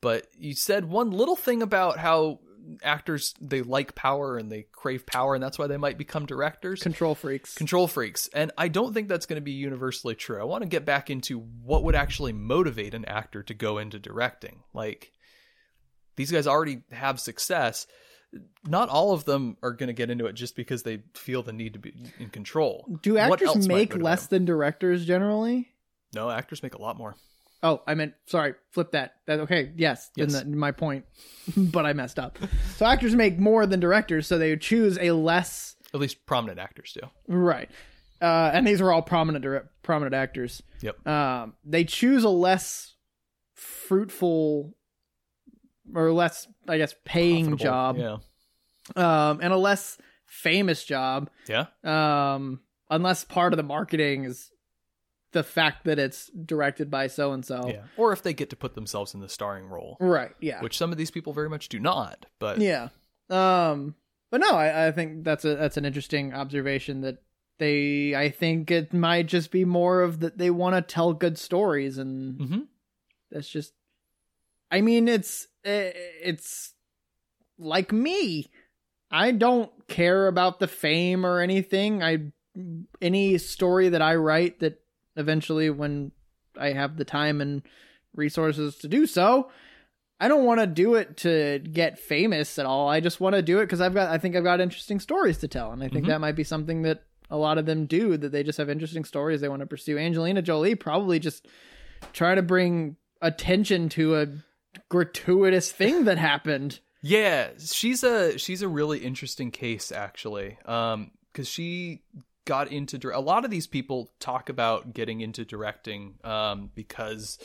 Speaker 2: But you said one little thing about how actors they like power and they crave power, and that's why they might become directors.
Speaker 1: Control freaks.
Speaker 2: control freaks and i don't think that's going to be universally true i want to get back into what would actually motivate an actor to go into directing like these guys already have success not all of them are going to get into it just because they feel the need to be in control
Speaker 1: Do
Speaker 2: What
Speaker 1: actors
Speaker 2: else might
Speaker 1: make
Speaker 2: motivate
Speaker 1: less
Speaker 2: them?
Speaker 1: than directors generally?
Speaker 2: no actors make a lot more
Speaker 1: Oh, I meant sorry. Flip that. That okay? Yes. Then
Speaker 2: Yes.
Speaker 1: that- my point, but I messed up. so actors make more than directors, so they choose a less
Speaker 2: at least prominent actors do
Speaker 1: right. Uh, and these are all prominent dire- prominent actors.
Speaker 2: Yep.
Speaker 1: Um, they choose a less fruitful or less, I guess, paying
Speaker 2: Profitable.
Speaker 1: job,
Speaker 2: yeah
Speaker 1: um, and a less famous job.
Speaker 2: yeah
Speaker 1: Um, unless part of the marketing is the fact that it's directed by so and so.
Speaker 2: yeah or if they get to put themselves in the starring role
Speaker 1: Right. Oh. Yeah.
Speaker 2: which some of these people very much do not but
Speaker 1: yeah um but no I, I think that's a that's an interesting observation that they i think it might just be more of that they want to tell good stories and
Speaker 2: Mhm.
Speaker 1: that's just i mean it's eh, it's like me i don't care about the fame or anything i any story that i write that eventually when i have the time and resources to do so i don't want to do it to get famous at all i just want to do it because i've got i think i've got interesting stories to tell and i think
Speaker 2: Mhm.
Speaker 1: that might be something that a lot of them do that they just have interesting stories they want to pursue angelina jolie probably just try to bring attention to a gratuitous thing that happened
Speaker 2: Yeah, she's a she's a really interesting case actually. Um cuz she got into dir- a lot of these people talk about getting into directing um, because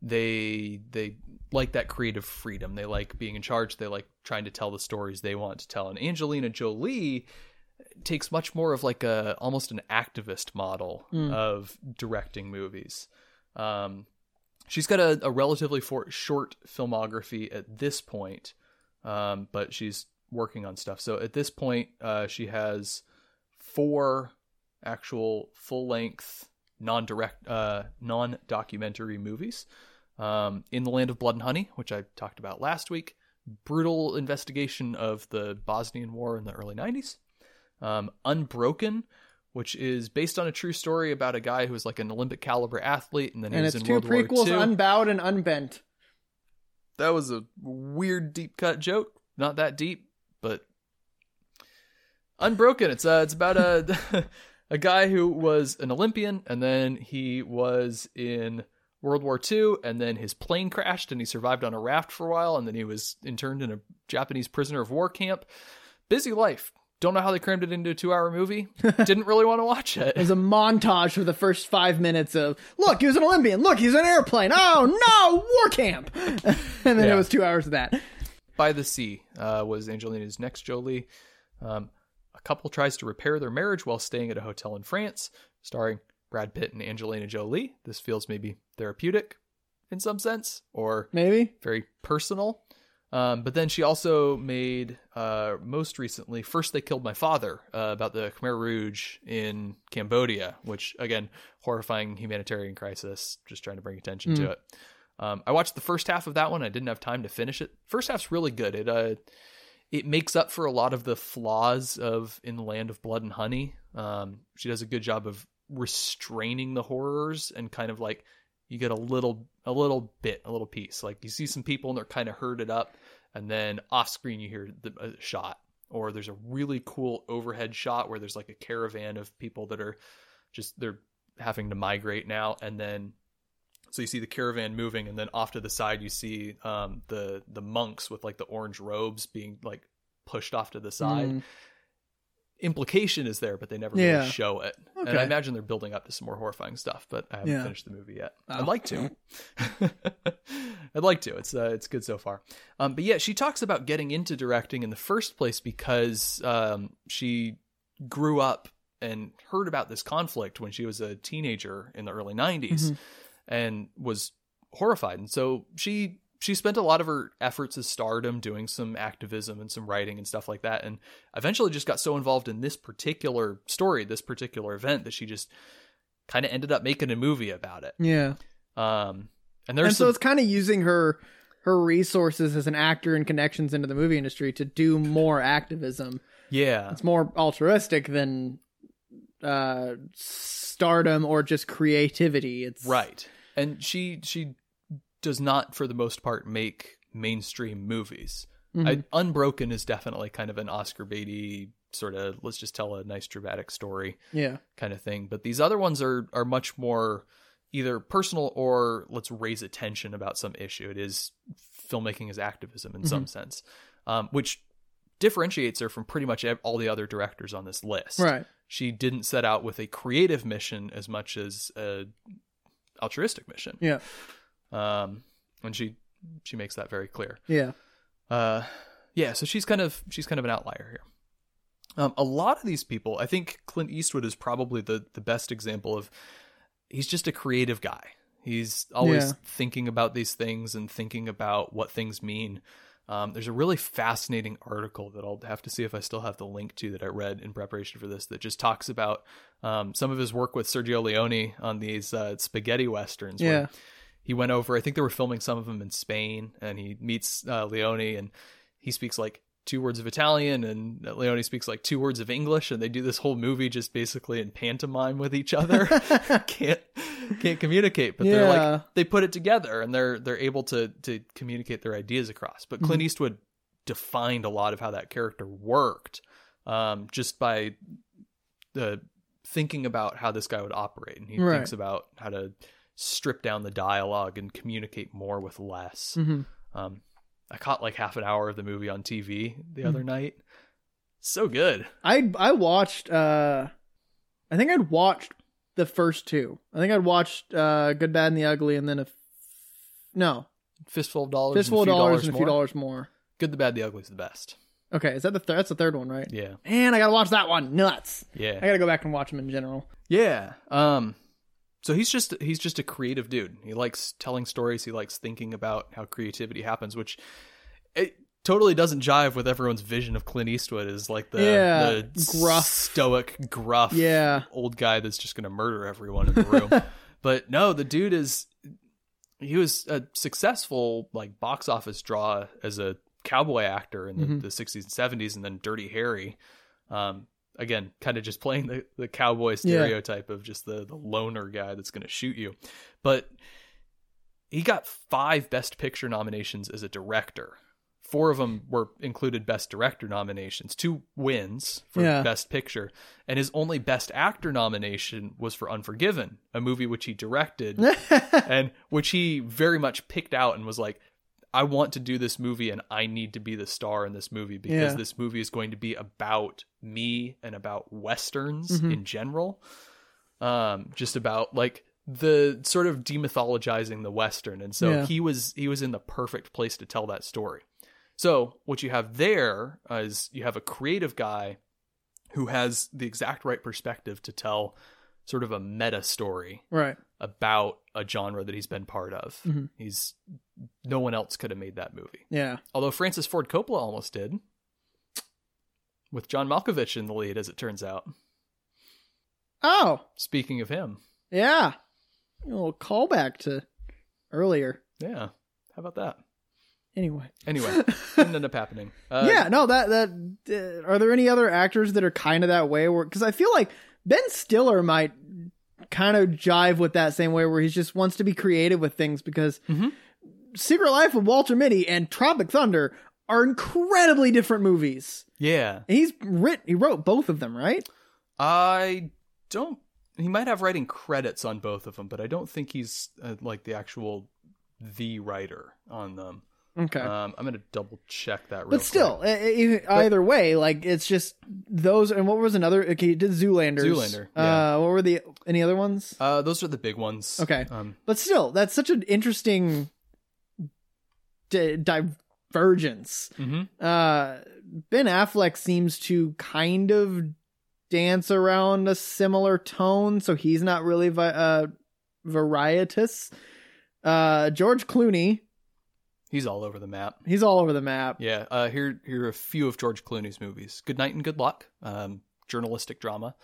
Speaker 2: they they like that creative freedom. They like being in charge. They like trying to tell the stories they want to tell. And Angelina Jolie takes much more of like a almost an activist model
Speaker 1: Mm.
Speaker 2: of directing movies. Um, she's got a, a relatively for, short filmography at this point, um, but she's working on stuff. So at this point, uh, she has four actual full length non direct uh, non documentary movies. Um, in the Land of Blood and Honey, which I talked about last week, brutal investigation of the Bosnian War in the early 90s um, Unbroken, which is based on a true story about a guy who was like an Olympic caliber athlete, and then he
Speaker 1: and
Speaker 2: was
Speaker 1: it's
Speaker 2: in
Speaker 1: two
Speaker 2: World
Speaker 1: prequels,
Speaker 2: War II.
Speaker 1: Unbowed and Unbent.
Speaker 2: that was a weird deep cut joke. Not that deep, but Unbroken. It's uh, it's about a a guy who was an Olympian, and then he was in World War II, and then his plane crashed, and he survived on a raft for a while, and then he was interned in a Japanese prisoner of war camp. Busy life. Don't know how they crammed it into a two-hour movie. Didn't really want to watch it.
Speaker 1: There's a montage for the first five minutes of look, he was an Olympian. Look, he's an airplane. Oh no, war camp. and then
Speaker 2: Yeah.
Speaker 1: it was two hours of that.
Speaker 2: by the sea uh, was angelina's next jolie um, a couple tries to repair their marriage while staying at a hotel in france starring brad pitt and angelina jolie this feels maybe therapeutic in some sense or
Speaker 1: Maybe
Speaker 2: very personal um, but then she also made uh, most recently first they killed my father uh, about the khmer rouge in cambodia which again horrifying humanitarian crisis just trying to bring attention to it um, I watched the first half of that one. I didn't have time to finish it. First half's really good. It uh, it makes up for a lot of the flaws of In the Land of Blood and Honey. Um, she does a good job of restraining the horrors and kind of like you get a little a little bit a little piece. Like you see some people and they're kind of herded up, and then off screen you hear the a shot or there's a really cool overhead shot where there's like a caravan of people that are just they're having to migrate now and then so you see the caravan moving and then off to the side you see um, the the monks with like the orange robes being like pushed off to the side
Speaker 1: Mm.
Speaker 2: implication is there but they never
Speaker 1: Yeah.
Speaker 2: really show it and i
Speaker 1: Okay.
Speaker 2: imagine they're building up to some more horrifying stuff but i haven't
Speaker 1: Yeah.
Speaker 2: finished the movie yet
Speaker 1: Oh.
Speaker 2: i'd like to i'd like to it's uh, it's good so far um, but yeah she talks about getting into directing in the first place because um, she grew up and heard about this conflict when she was a teenager in the early 90s
Speaker 1: Mhm.
Speaker 2: and was horrified and so she she spent a lot of her efforts as stardom doing some activism and some writing and stuff like that and eventually just got so involved in this particular story this particular event that she just kind of ended up making a movie about it
Speaker 1: Yeah.
Speaker 2: um and there's
Speaker 1: and
Speaker 2: some,
Speaker 1: so it's kind of using her her resources as an actor and connections into the movie industry to do more activism.
Speaker 2: yeah
Speaker 1: It's more altruistic than uh stardom or just creativity. It's
Speaker 2: right and she she does not for the most part make mainstream movies
Speaker 1: Mhm.
Speaker 2: I, unbroken is definitely kind of an oscar beatty sort of let's just tell a nice dramatic story
Speaker 1: yeah.
Speaker 2: kind of thing. But these other ones are are much more either personal or let's raise attention about some issue. It is filmmaking is activism in
Speaker 1: Mm-hmm.
Speaker 2: some sense, um, which differentiates her from pretty much ev- all the other directors on this list.
Speaker 1: Right.
Speaker 2: She didn't set out with a creative mission as much as a altruistic mission.
Speaker 1: Yeah.
Speaker 2: Um, and she she makes that very clear
Speaker 1: Yeah.
Speaker 2: uh yeah so she's kind of she's kind of an outlier here um a lot of these people i think clint eastwood is probably the the best example of he's just a creative guy he's always
Speaker 1: Yeah.
Speaker 2: thinking about these things and thinking about what things mean um, there's a really fascinating article that I'll have to see if I still have the link to that I read in preparation for this that just talks about um, some of his work with Sergio Leone on these uh, spaghetti westerns. where
Speaker 1: Yeah.
Speaker 2: he went over. I think they were filming some of them in Spain, and he meets uh, Leone, and he speaks like two words of Italian, and Leone speaks like two words of English, and they do this whole movie just basically in pantomime with each other. can't can't communicate, but they're
Speaker 1: Yeah.
Speaker 2: like they put it together, and they're they're able to to communicate their ideas across. But
Speaker 1: Mm-hmm.
Speaker 2: Clint Eastwood defined a lot of how that character worked um, just by the thinking about how this guy would operate and he
Speaker 1: Right.
Speaker 2: thinks about how to strip down the dialogue and communicate more with less
Speaker 1: Mhm.
Speaker 2: um, i caught like half an hour of the movie on
Speaker 1: Mm.
Speaker 2: tv the other night so good
Speaker 1: I I watched uh I think I'd watched the first two. I think I'd watched uh, Good, Bad, and the Ugly, and then a f- no
Speaker 2: Fistful of dollars,
Speaker 1: fistful of
Speaker 2: and a few
Speaker 1: dollars and a few
Speaker 2: more.
Speaker 1: dollars more.
Speaker 2: Good, the bad, the ugly is the best.
Speaker 1: Okay, is that the th- that's the third one, right?
Speaker 2: Yeah,
Speaker 1: And I gotta watch that one. Nuts. I
Speaker 2: yeah,
Speaker 1: gotta go back and watch them in general.
Speaker 2: yeah. Um, so he's just he's just a creative dude. He likes telling stories. He likes thinking about how creativity happens, which it totally doesn't jive with everyone's vision of Clint Eastwood as like the
Speaker 1: Yeah,
Speaker 2: the
Speaker 1: gruff.
Speaker 2: stoic, gruff,
Speaker 1: Yeah.
Speaker 2: old guy that's just gonna murder everyone in the room. but no, the dude is he was a successful like box office draw as a cowboy actor in the,
Speaker 1: Mhm.
Speaker 2: the 60s and 70s and then dirty harry um, again kind of just playing the, the cowboy stereotype of just the, the loner guy that's going to shoot you but he got five best picture nominations as a director four of them were included best director nominations two wins for
Speaker 1: Yeah.
Speaker 2: best picture and his only best actor nomination was for unforgiven a movie which he directed and which he very much picked out and was like i want to do this movie and i need to be the star in this movie because
Speaker 1: Yeah.
Speaker 2: this movie is going to be about me and about westerns
Speaker 1: Mhm.
Speaker 2: in general um just about like the sort of demythologizing the western and so
Speaker 1: Yeah.
Speaker 2: he was he was in the perfect place to tell that story so what you have there is you have a creative guy who has the exact right perspective to tell sort of a meta story
Speaker 1: right.
Speaker 2: about a genre that he's been part of.
Speaker 1: Mhm.
Speaker 2: He's no one else could have made that movie.
Speaker 1: Yeah.
Speaker 2: Although Francis Ford Coppola almost did, with John Malkovich in the lead, as it turns out.
Speaker 1: Oh,
Speaker 2: Speaking of him,
Speaker 1: yeah. A little callback to earlier.
Speaker 2: yeah, how about that?
Speaker 1: Anyway.
Speaker 2: Anyway, didn't end up happening. Uh,
Speaker 1: yeah, no, that that uh, are there any other actors that are kind of that way? Where because I feel like Ben Stiller might kind of jive with that same way, where he just wants to be creative with things. Because
Speaker 2: Mhm.
Speaker 1: Secret Life of Walter Mitty and Tropic Thunder are incredibly different movies.
Speaker 2: yeah.
Speaker 1: And he's writ he wrote both of them, right?
Speaker 2: I don't. He might have writing credits on both of them, but I don't think he's uh, like the actual the writer on them.
Speaker 1: Okay,
Speaker 2: Um, I'm gonna double check that. Real
Speaker 1: but still, e- e- either way, like it's just those. And what was another? Okay, he did Zoolander.
Speaker 2: Zoolander,
Speaker 1: Uh, what were the any other ones?
Speaker 2: quick. uh, those are the big ones.
Speaker 1: Okay.
Speaker 2: Um,
Speaker 1: But still, that's such an interesting di- divergence.
Speaker 2: mhm.
Speaker 1: Uh, ben Affleck seems to kind of dance around a similar tone, so he's not really vi- uh, varietous. Uh, George Clooney,
Speaker 2: He's all over the map.
Speaker 1: he's all over the map.
Speaker 2: Yeah. Uh, here, here are a few of George Clooney's movies: Good Night and Good Luck, um, journalistic drama,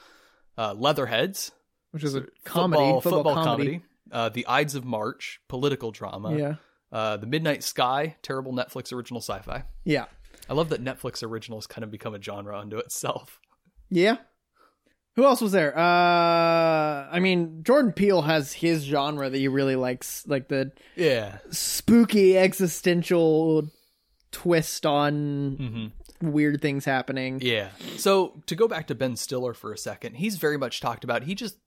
Speaker 2: uh, Leatherheads,
Speaker 1: Which is a
Speaker 2: so
Speaker 1: comedy,
Speaker 2: football,
Speaker 1: football,
Speaker 2: football
Speaker 1: comedy.
Speaker 2: uh, The Ides of March, political drama,
Speaker 1: Yeah,
Speaker 2: uh, The Midnight Sky, terrible Netflix original sci-fi.
Speaker 1: yeah,
Speaker 2: I love that Netflix originals kind of become a genre unto itself.
Speaker 1: yeah. Who else was there? Uh, I mean, Jordan Peele has his genre that he really likes, like the
Speaker 2: Yeah.
Speaker 1: spooky existential twist on
Speaker 2: hmm
Speaker 1: weird things happening.
Speaker 2: Yeah. So to go back to Ben Stiller for a second, he's very much talked about. He just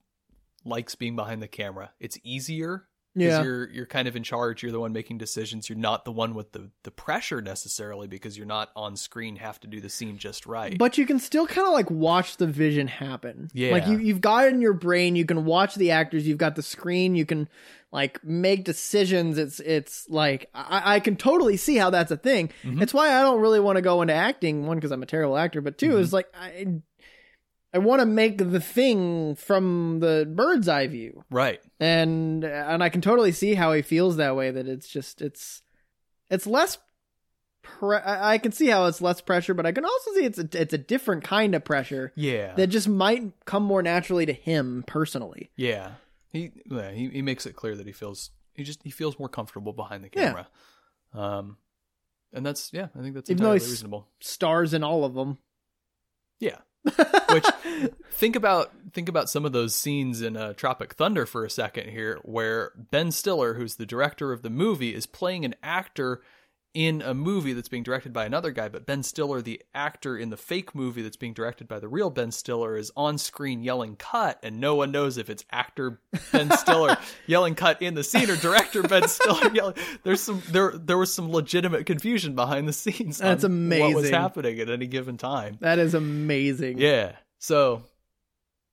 Speaker 2: likes being behind the camera. It's easier because you're you're kind of in charge you're the one making decisions you're not the one with the the pressure necessarily because you're not on screen have to do the scene just right
Speaker 1: But you can still kind of like watch the vision happen.
Speaker 2: Yeah.
Speaker 1: Like you, you've got it in your brain. You can watch the actors. You've got the screen. You can like make decisions. It's it's like I, I can totally see how that's a thing.
Speaker 2: Mhm.
Speaker 1: It's why I don't really want to go into acting. One because I'm a terrible actor, but 2
Speaker 2: Mm-hmm.
Speaker 1: is like I I want to make the thing from the bird's eye view.
Speaker 2: right
Speaker 1: and and I can totally see how he feels that way. That it's just it's it's less. Pre- I I can see how it's less pressure, but I can also see it's a it's a different kind of pressure
Speaker 2: yeah
Speaker 1: that just might come more naturally to him personally.
Speaker 2: yeah he yeah, he he makes it clear that he feels he just he feels more comfortable behind the
Speaker 1: Yeah.
Speaker 2: camera um and that's yeah i think that's
Speaker 1: Even though
Speaker 2: entirely
Speaker 1: he's-
Speaker 2: reasonable
Speaker 1: Stars in all of them.
Speaker 2: yeah Which- think about think about some of those scenes in uh, Tropic Thunder for a second here, where Ben Stiller, who's the director of the movie, is playing an actor in a movie that's being directed by another guy, but Ben Stiller, the actor in the fake movie that's being directed by the real Ben Stiller, is on screen yelling "cut," and no one knows if it's actor Ben Stiller yelling "cut" in the scene or director Ben Stiller yelling. There's some there there was some legitimate confusion behind the scenes.
Speaker 1: That's
Speaker 2: on What was
Speaker 1: amazing.
Speaker 2: happening at any given time?
Speaker 1: that is amazing.
Speaker 2: Yeah. So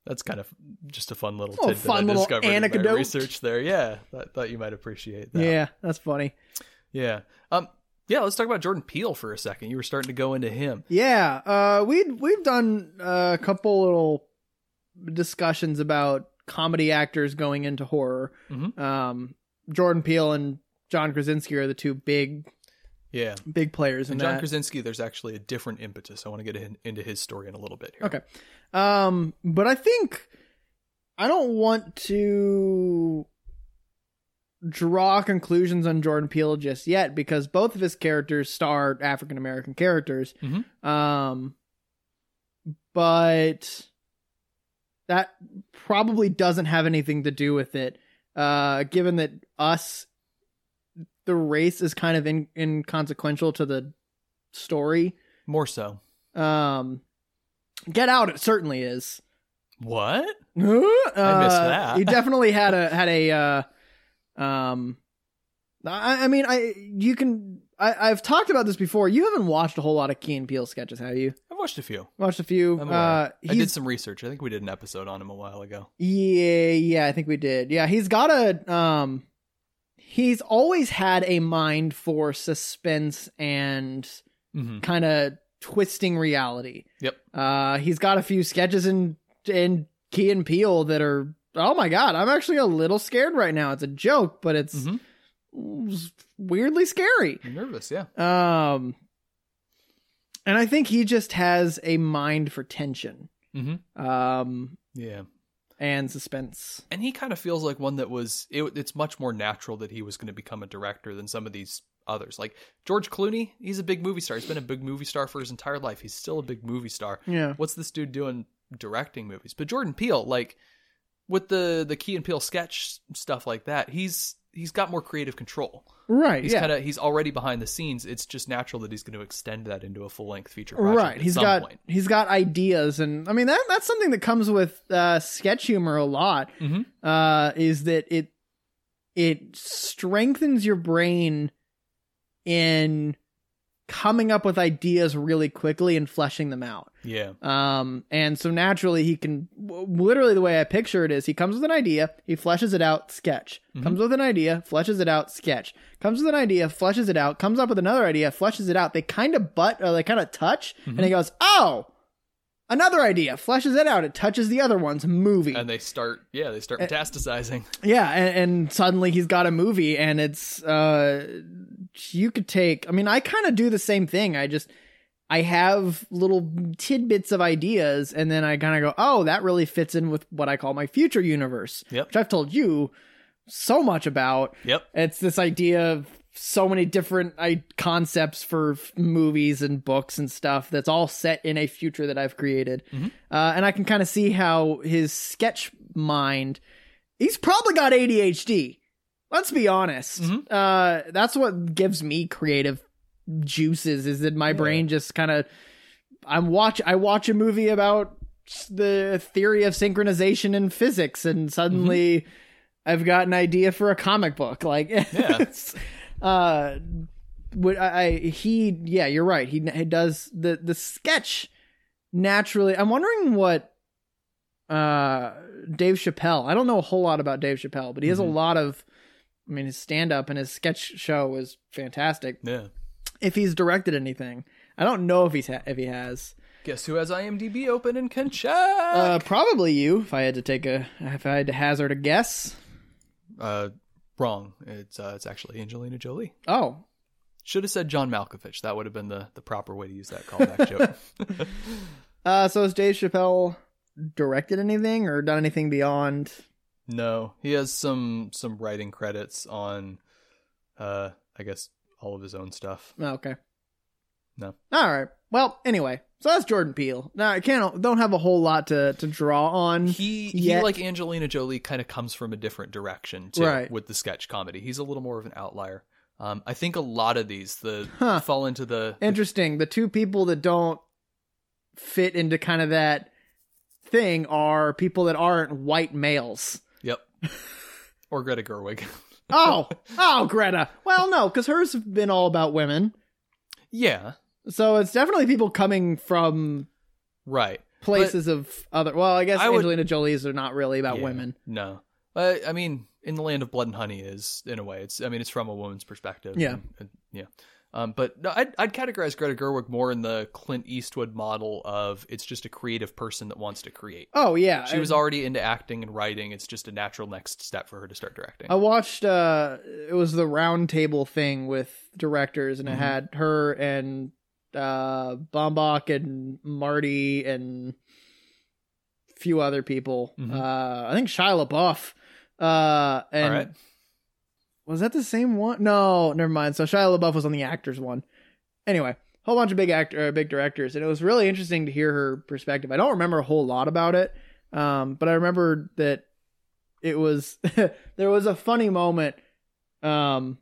Speaker 2: That's kind of just a fun little
Speaker 1: Oh,
Speaker 2: tidbit
Speaker 1: fun
Speaker 2: I
Speaker 1: little
Speaker 2: discovered in my
Speaker 1: anecdote.
Speaker 2: research there. Yeah, I thought you might appreciate that.
Speaker 1: Yeah, that's funny.
Speaker 2: yeah. Um, yeah. Let's talk about Jordan Peele for a second. You were starting to go into him.
Speaker 1: Yeah, uh, we'd we've done uh, a couple little discussions about comedy actors going into horror.
Speaker 2: Mhm.
Speaker 1: Um, Jordan Peele and John Krasinski are the two big
Speaker 2: Yeah.
Speaker 1: big players in
Speaker 2: And
Speaker 1: that.
Speaker 2: John Krasinski, there's actually a different impetus. I want to get in, into his story in a little bit here.
Speaker 1: Okay. Um, but I think I don't want to draw conclusions on Jordan Peele just yet because both of his characters star African American characters.
Speaker 2: Mhm.
Speaker 1: Um, but that probably doesn't have anything to do with it, uh, given that us, the race is kind of in, inconsequential to the story.
Speaker 2: More so.
Speaker 1: Um, Get Out it certainly is.
Speaker 2: What?
Speaker 1: I missed
Speaker 2: that.
Speaker 1: He definitely had a had a. Uh, um, I, I mean, I you can. I, I've talked about this before. You haven't watched a whole lot of Key and Peele sketches, have you?
Speaker 2: I've watched a few.
Speaker 1: Watched a few.
Speaker 2: I'm aware.
Speaker 1: Uh,
Speaker 2: I did
Speaker 1: he's,
Speaker 2: some research. I think we did an episode on him a while ago.
Speaker 1: yeah, yeah, I think we did. Yeah, he's got a. Um, he's always had a mind for suspense and
Speaker 2: Mm-hmm.
Speaker 1: kind of twisting reality.
Speaker 2: Yep.
Speaker 1: Uh, he's got a few sketches in in Key and Peele that are oh my god, I'm actually a little scared right now. It's a joke, but it's
Speaker 2: Mhm.
Speaker 1: weirdly scary.
Speaker 2: I'm nervous. Yeah.
Speaker 1: Um, and I think he just has a mind for tension,
Speaker 2: Mhm.
Speaker 1: um,
Speaker 2: Yeah.
Speaker 1: and suspense.
Speaker 2: and he kind of feels like one that was it, it's much more natural that he was going to become a director than some of these others like george clooney he's a big movie star he's been a big movie star for his entire life he's still a big movie star
Speaker 1: Yeah,
Speaker 2: what's this dude doing directing movies but jordan peele like with the the key and peele sketch stuff like that he's he's got more creative control
Speaker 1: right.
Speaker 2: he's
Speaker 1: yeah,
Speaker 2: kind of he's already behind the scenes it's just natural that he's going to extend that into a full-length feature project
Speaker 1: right.
Speaker 2: at
Speaker 1: He's
Speaker 2: some
Speaker 1: got
Speaker 2: point
Speaker 1: he's got ideas, and I mean that that's something that comes with uh, sketch humor a lot.
Speaker 2: Mhm.
Speaker 1: Uh, is that it? It strengthens your brain in coming up with ideas really quickly and fleshing them out.
Speaker 2: yeah
Speaker 1: Um, and so naturally he can w- literally the way I picture it is he comes with an idea, he fleshes it out, sketch.
Speaker 2: Mhm.
Speaker 1: Comes with an idea, fleshes it out, sketch. Comes with an idea, fleshes it out, comes up with another idea, fleshes it out. They kind of butt or they kind of touch and he goes, "Oh, another idea." Fleshes it out, it touches the other one's movie.
Speaker 2: and they start yeah they
Speaker 1: Eh.
Speaker 2: start metastasizing
Speaker 1: Yeah, and, and suddenly he's got a movie, and it's uh, you could take. I mean, I kind of do the same thing. I just I have little tidbits of ideas, and then I kind of go, "Oh, that really fits in with what I call my future universe,"
Speaker 2: Yep.
Speaker 1: which I've told you so much about.
Speaker 2: yep
Speaker 1: It's this idea of so many different I- concepts for f- movies and books and stuff that's all set in a future that I've created.
Speaker 2: Mhm.
Speaker 1: Uh, and I can kind of see how his sketch mind, he's probably got ADHD. Let's be honest.
Speaker 2: Mhm.
Speaker 1: Uh, that's what gives me creative juices is that my brain just kind of I'm watch I watch a movie about s- the theory of synchronization in physics and suddenly I've got an idea for a comic book like it's- uh would I, I he yeah you're right he, he does the the sketch naturally I'm wondering what uh Dave Chappelle I don't know a whole lot about Dave Chappelle but he has a
Speaker 2: Mhm.
Speaker 1: lot of I mean his stand up and his sketch show is fantastic
Speaker 2: yeah
Speaker 1: if he's directed anything. I don't know if he's ha- if he has.
Speaker 2: guess who has imdb open and can check
Speaker 1: Uh, probably you. If I had to take a, if I had to hazard a guess.
Speaker 2: Uh, wrong. It's uh, it's actually Angelina Jolie.
Speaker 1: Oh,
Speaker 2: Should have said John Malkovich. That would have been the, the proper way to use that callback joke.
Speaker 1: uh, so has Dave Chappelle directed anything or done anything beyond?
Speaker 2: No, he has some some writing credits on, uh, I guess all of his own stuff.
Speaker 1: Oh, okay.
Speaker 2: No.
Speaker 1: All right. Well, anyway, so that's Jordan Peele. Now I can't don't have a whole lot to to draw on.
Speaker 2: He
Speaker 1: Yet-
Speaker 2: he like Angelina Jolie kind of comes from a different direction too
Speaker 1: Right.
Speaker 2: with the sketch comedy. He's a little more of an outlier. Um, I think a lot of these the
Speaker 1: Huh.
Speaker 2: fall into the
Speaker 1: Interesting. The two people that don't fit into kind of that thing are people that aren't white males.
Speaker 2: yep or Greta Gerwig.
Speaker 1: Oh, oh, Greta. Well, no, because hers have been all about women.
Speaker 2: yeah,
Speaker 1: So it's definitely people coming from
Speaker 2: right.
Speaker 1: places of other. Well, I guess
Speaker 2: I would-
Speaker 1: Angelina Jolie's are not really about
Speaker 2: Yeah,
Speaker 1: women.
Speaker 2: No, I, I mean, in the land of blood and honey is in a way. It's I mean, it's from a woman's perspective.
Speaker 1: Yeah.
Speaker 2: and- and- yeah. Um, but no, I'd, I'd categorize Greta Gerwig more in the Clint Eastwood model of it's just a creative person that wants to create.
Speaker 1: Oh yeah,
Speaker 2: She
Speaker 1: I-
Speaker 2: was already into acting and writing. It's just a natural next step for her to start directing.
Speaker 1: I watched. uh It was the round table thing with directors, and
Speaker 2: Mhm.
Speaker 1: it had her and uh Bombach and Marty and a few other people.
Speaker 2: Mhm.
Speaker 1: Uh I think Shia LaBeouf. Uh, and
Speaker 2: All right.
Speaker 1: was that the same one? No, never mind. So Shia LaBeouf was on the actors one. Anyway, whole bunch of big actor, uh, big directors, and it was really interesting to hear her perspective. I don't remember a whole lot about it, um, but I remember that it was there was a funny moment um,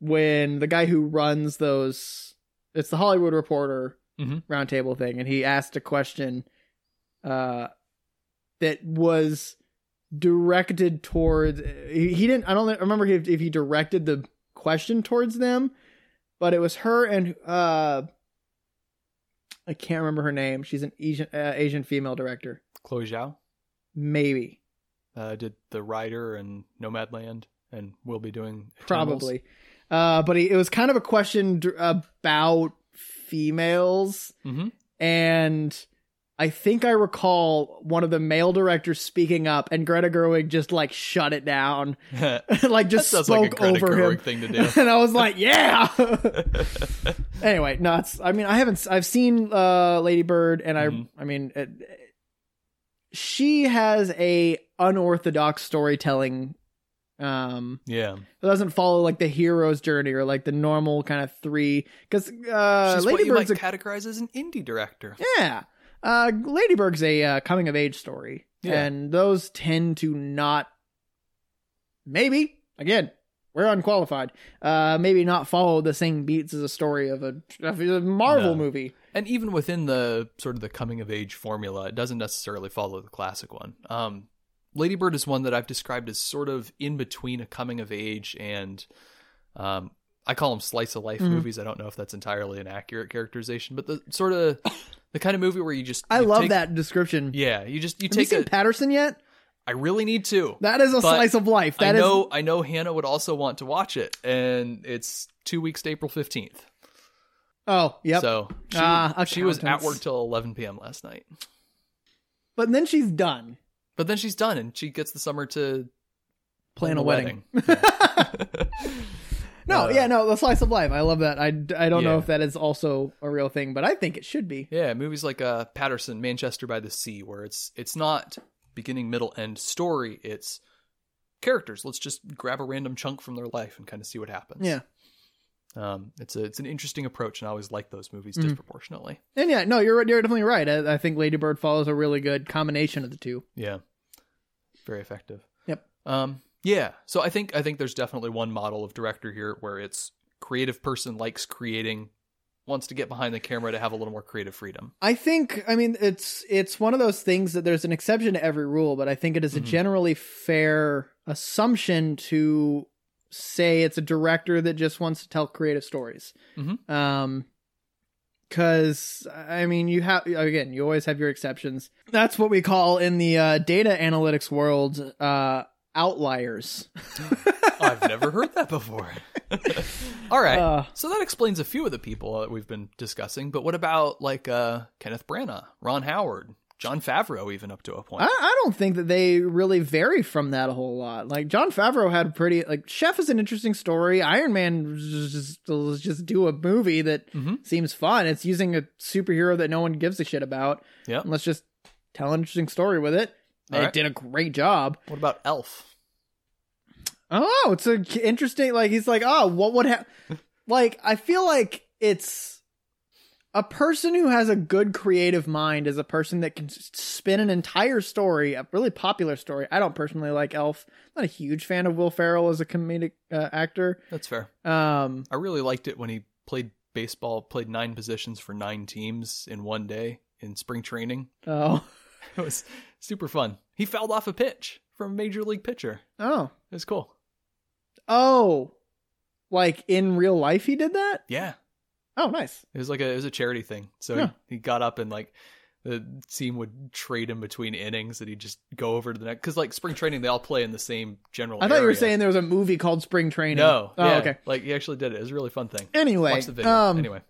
Speaker 1: when the guy who runs those it's the Hollywood Reporter
Speaker 2: Mhm.
Speaker 1: roundtable thing, and he asked a question uh, that was directed towards he he didn't i don't remember if, if he directed the question towards them but it was her and uh i can't remember her name she's an asian uh, asian female director
Speaker 2: Chloe Zhao
Speaker 1: maybe
Speaker 2: uh, did The Rider and Nomadland, and will be doing Eternals.
Speaker 1: probably uh but he, it was kind of a question dr- about females
Speaker 2: Mhm.
Speaker 1: and i think i recall one of the male directors speaking up and greta gerwig just like shut it down like
Speaker 2: That
Speaker 1: just
Speaker 2: sounds like a
Speaker 1: spoke
Speaker 2: Greta
Speaker 1: over
Speaker 2: Gerwig
Speaker 1: him
Speaker 2: thing to do.
Speaker 1: and I was like, yeah. anyway, no, it's. I mean, I haven't. s- I've seen uh, Lady Bird, and I.
Speaker 2: Mhm.
Speaker 1: I mean, it, she has a unorthodox storytelling. Um,
Speaker 2: yeah,
Speaker 1: it doesn't follow like the hero's journey or like the normal kind of three. Because uh,
Speaker 2: she's what
Speaker 1: Lady
Speaker 2: you might
Speaker 1: Bird's a,
Speaker 2: categorize as an indie director.
Speaker 1: yeah. Uh, Lady Bird's a uh, coming of age story,
Speaker 2: Yeah.
Speaker 1: and those tend to not. Maybe again, we're unqualified. Uh, maybe not follow the same beats as a story of a, of a Marvel
Speaker 2: No.
Speaker 1: movie.
Speaker 2: and even within the sort of the coming of age formula it doesn't necessarily follow the classic one um ladybird is one that i've described as sort of in between a coming of age and um i call them slice of life
Speaker 1: Mhm.
Speaker 2: movies i don't know if that's entirely an accurate characterization but the sort of the kind of movie where you just
Speaker 1: I
Speaker 2: you
Speaker 1: love
Speaker 2: take-
Speaker 1: that description.
Speaker 2: yeah you just you
Speaker 1: Have you
Speaker 2: take
Speaker 1: seen
Speaker 2: a. I
Speaker 1: Patterson yet?
Speaker 2: really need to
Speaker 1: That is a
Speaker 2: But
Speaker 1: slice of life.
Speaker 2: i
Speaker 1: That is
Speaker 2: know i know hannah would also want to watch it and it's two weeks to april 15th
Speaker 1: Oh, yep.
Speaker 2: so she,
Speaker 1: Ah,
Speaker 2: she was at
Speaker 1: accountants.
Speaker 2: work till 11 p.m last night
Speaker 1: But then she's done
Speaker 2: But then she's done, and she gets the summer to
Speaker 1: plan
Speaker 2: plan
Speaker 1: a wedding. No,
Speaker 2: Uh,
Speaker 1: yeah, no, the slice of life. I love that. I, I don't know
Speaker 2: Yeah.
Speaker 1: if that is also a real thing, but I think it should be.
Speaker 2: yeah, movies like uh, Patterson, Manchester by the Sea, where it's it's not beginning, middle, end story. It's characters. Let's just grab a random chunk from their life and kind of see what happens.
Speaker 1: Yeah.
Speaker 2: um, it's a it's an interesting approach, and I always like those movies
Speaker 1: Mhm.
Speaker 2: disproportionately.
Speaker 1: And yeah, no, you're you're definitely right. I, I think Lady Bird follows a really good combination of the two.
Speaker 2: Yeah, very effective.
Speaker 1: Yep.
Speaker 2: Um, yeah. So I think I think there's definitely one model of director here where it's creative person likes creating, wants to get behind the camera to have a little more creative freedom.
Speaker 1: I think I mean it's it's one of those things that there's an exception to every rule, but I think it is a
Speaker 2: Mhm.
Speaker 1: generally fair assumption to say it's a director that just wants to tell creative stories.
Speaker 2: Mhm.
Speaker 1: Um cuz I mean you have again, you always have your exceptions. That's what we call in the uh, data analytics world uh outliers.
Speaker 2: I've never heard that before. All right.
Speaker 1: Uh,
Speaker 2: so that explains a few of the people that we've been discussing, but what about like uh, Kenneth Branagh, Ron Howard, John Favreau, even up to a point?
Speaker 1: I, I don't think that they really vary from that a whole lot. Like John Favreau had pretty like Chef is an interesting story. Iron Man just let's just do a movie that
Speaker 2: Mhm.
Speaker 1: seems fun. It's using a superhero that no one gives a shit about.
Speaker 2: Yep.
Speaker 1: And let's just tell an interesting story with it. They
Speaker 2: All right.
Speaker 1: did a great job.
Speaker 2: What about Elf?
Speaker 1: Oh, it's a k- interesting. Like he's like, oh, what would happen? like I feel like it's a person who has a good creative mind is a person that can s- spin an entire story, a really popular story. I don't personally like Elf. I'm not a huge fan of Will Ferrell as a comedic uh, actor.
Speaker 2: That's fair.
Speaker 1: Um,
Speaker 2: I really liked it when he played baseball, played nine positions for nine teams in one day in spring training.
Speaker 1: oh,
Speaker 2: It was super fun. He fouled off a pitch from a major league pitcher.
Speaker 1: oh,
Speaker 2: It was cool.
Speaker 1: oh, like in real life, he did that.
Speaker 2: Yeah.
Speaker 1: Oh, nice.
Speaker 2: It was like a it was a charity thing. So
Speaker 1: Yeah.
Speaker 2: he, he got up and like the team would trade him between innings that he'd just go over to the next because like spring training they all play in the same general
Speaker 1: I thought you were
Speaker 2: area.
Speaker 1: saying there was a movie called Spring Training.
Speaker 2: no
Speaker 1: Oh,
Speaker 2: yeah,
Speaker 1: okay.
Speaker 2: like he actually did it it was a really fun thing
Speaker 1: Anyway,
Speaker 2: watch the video
Speaker 1: um,
Speaker 2: anyway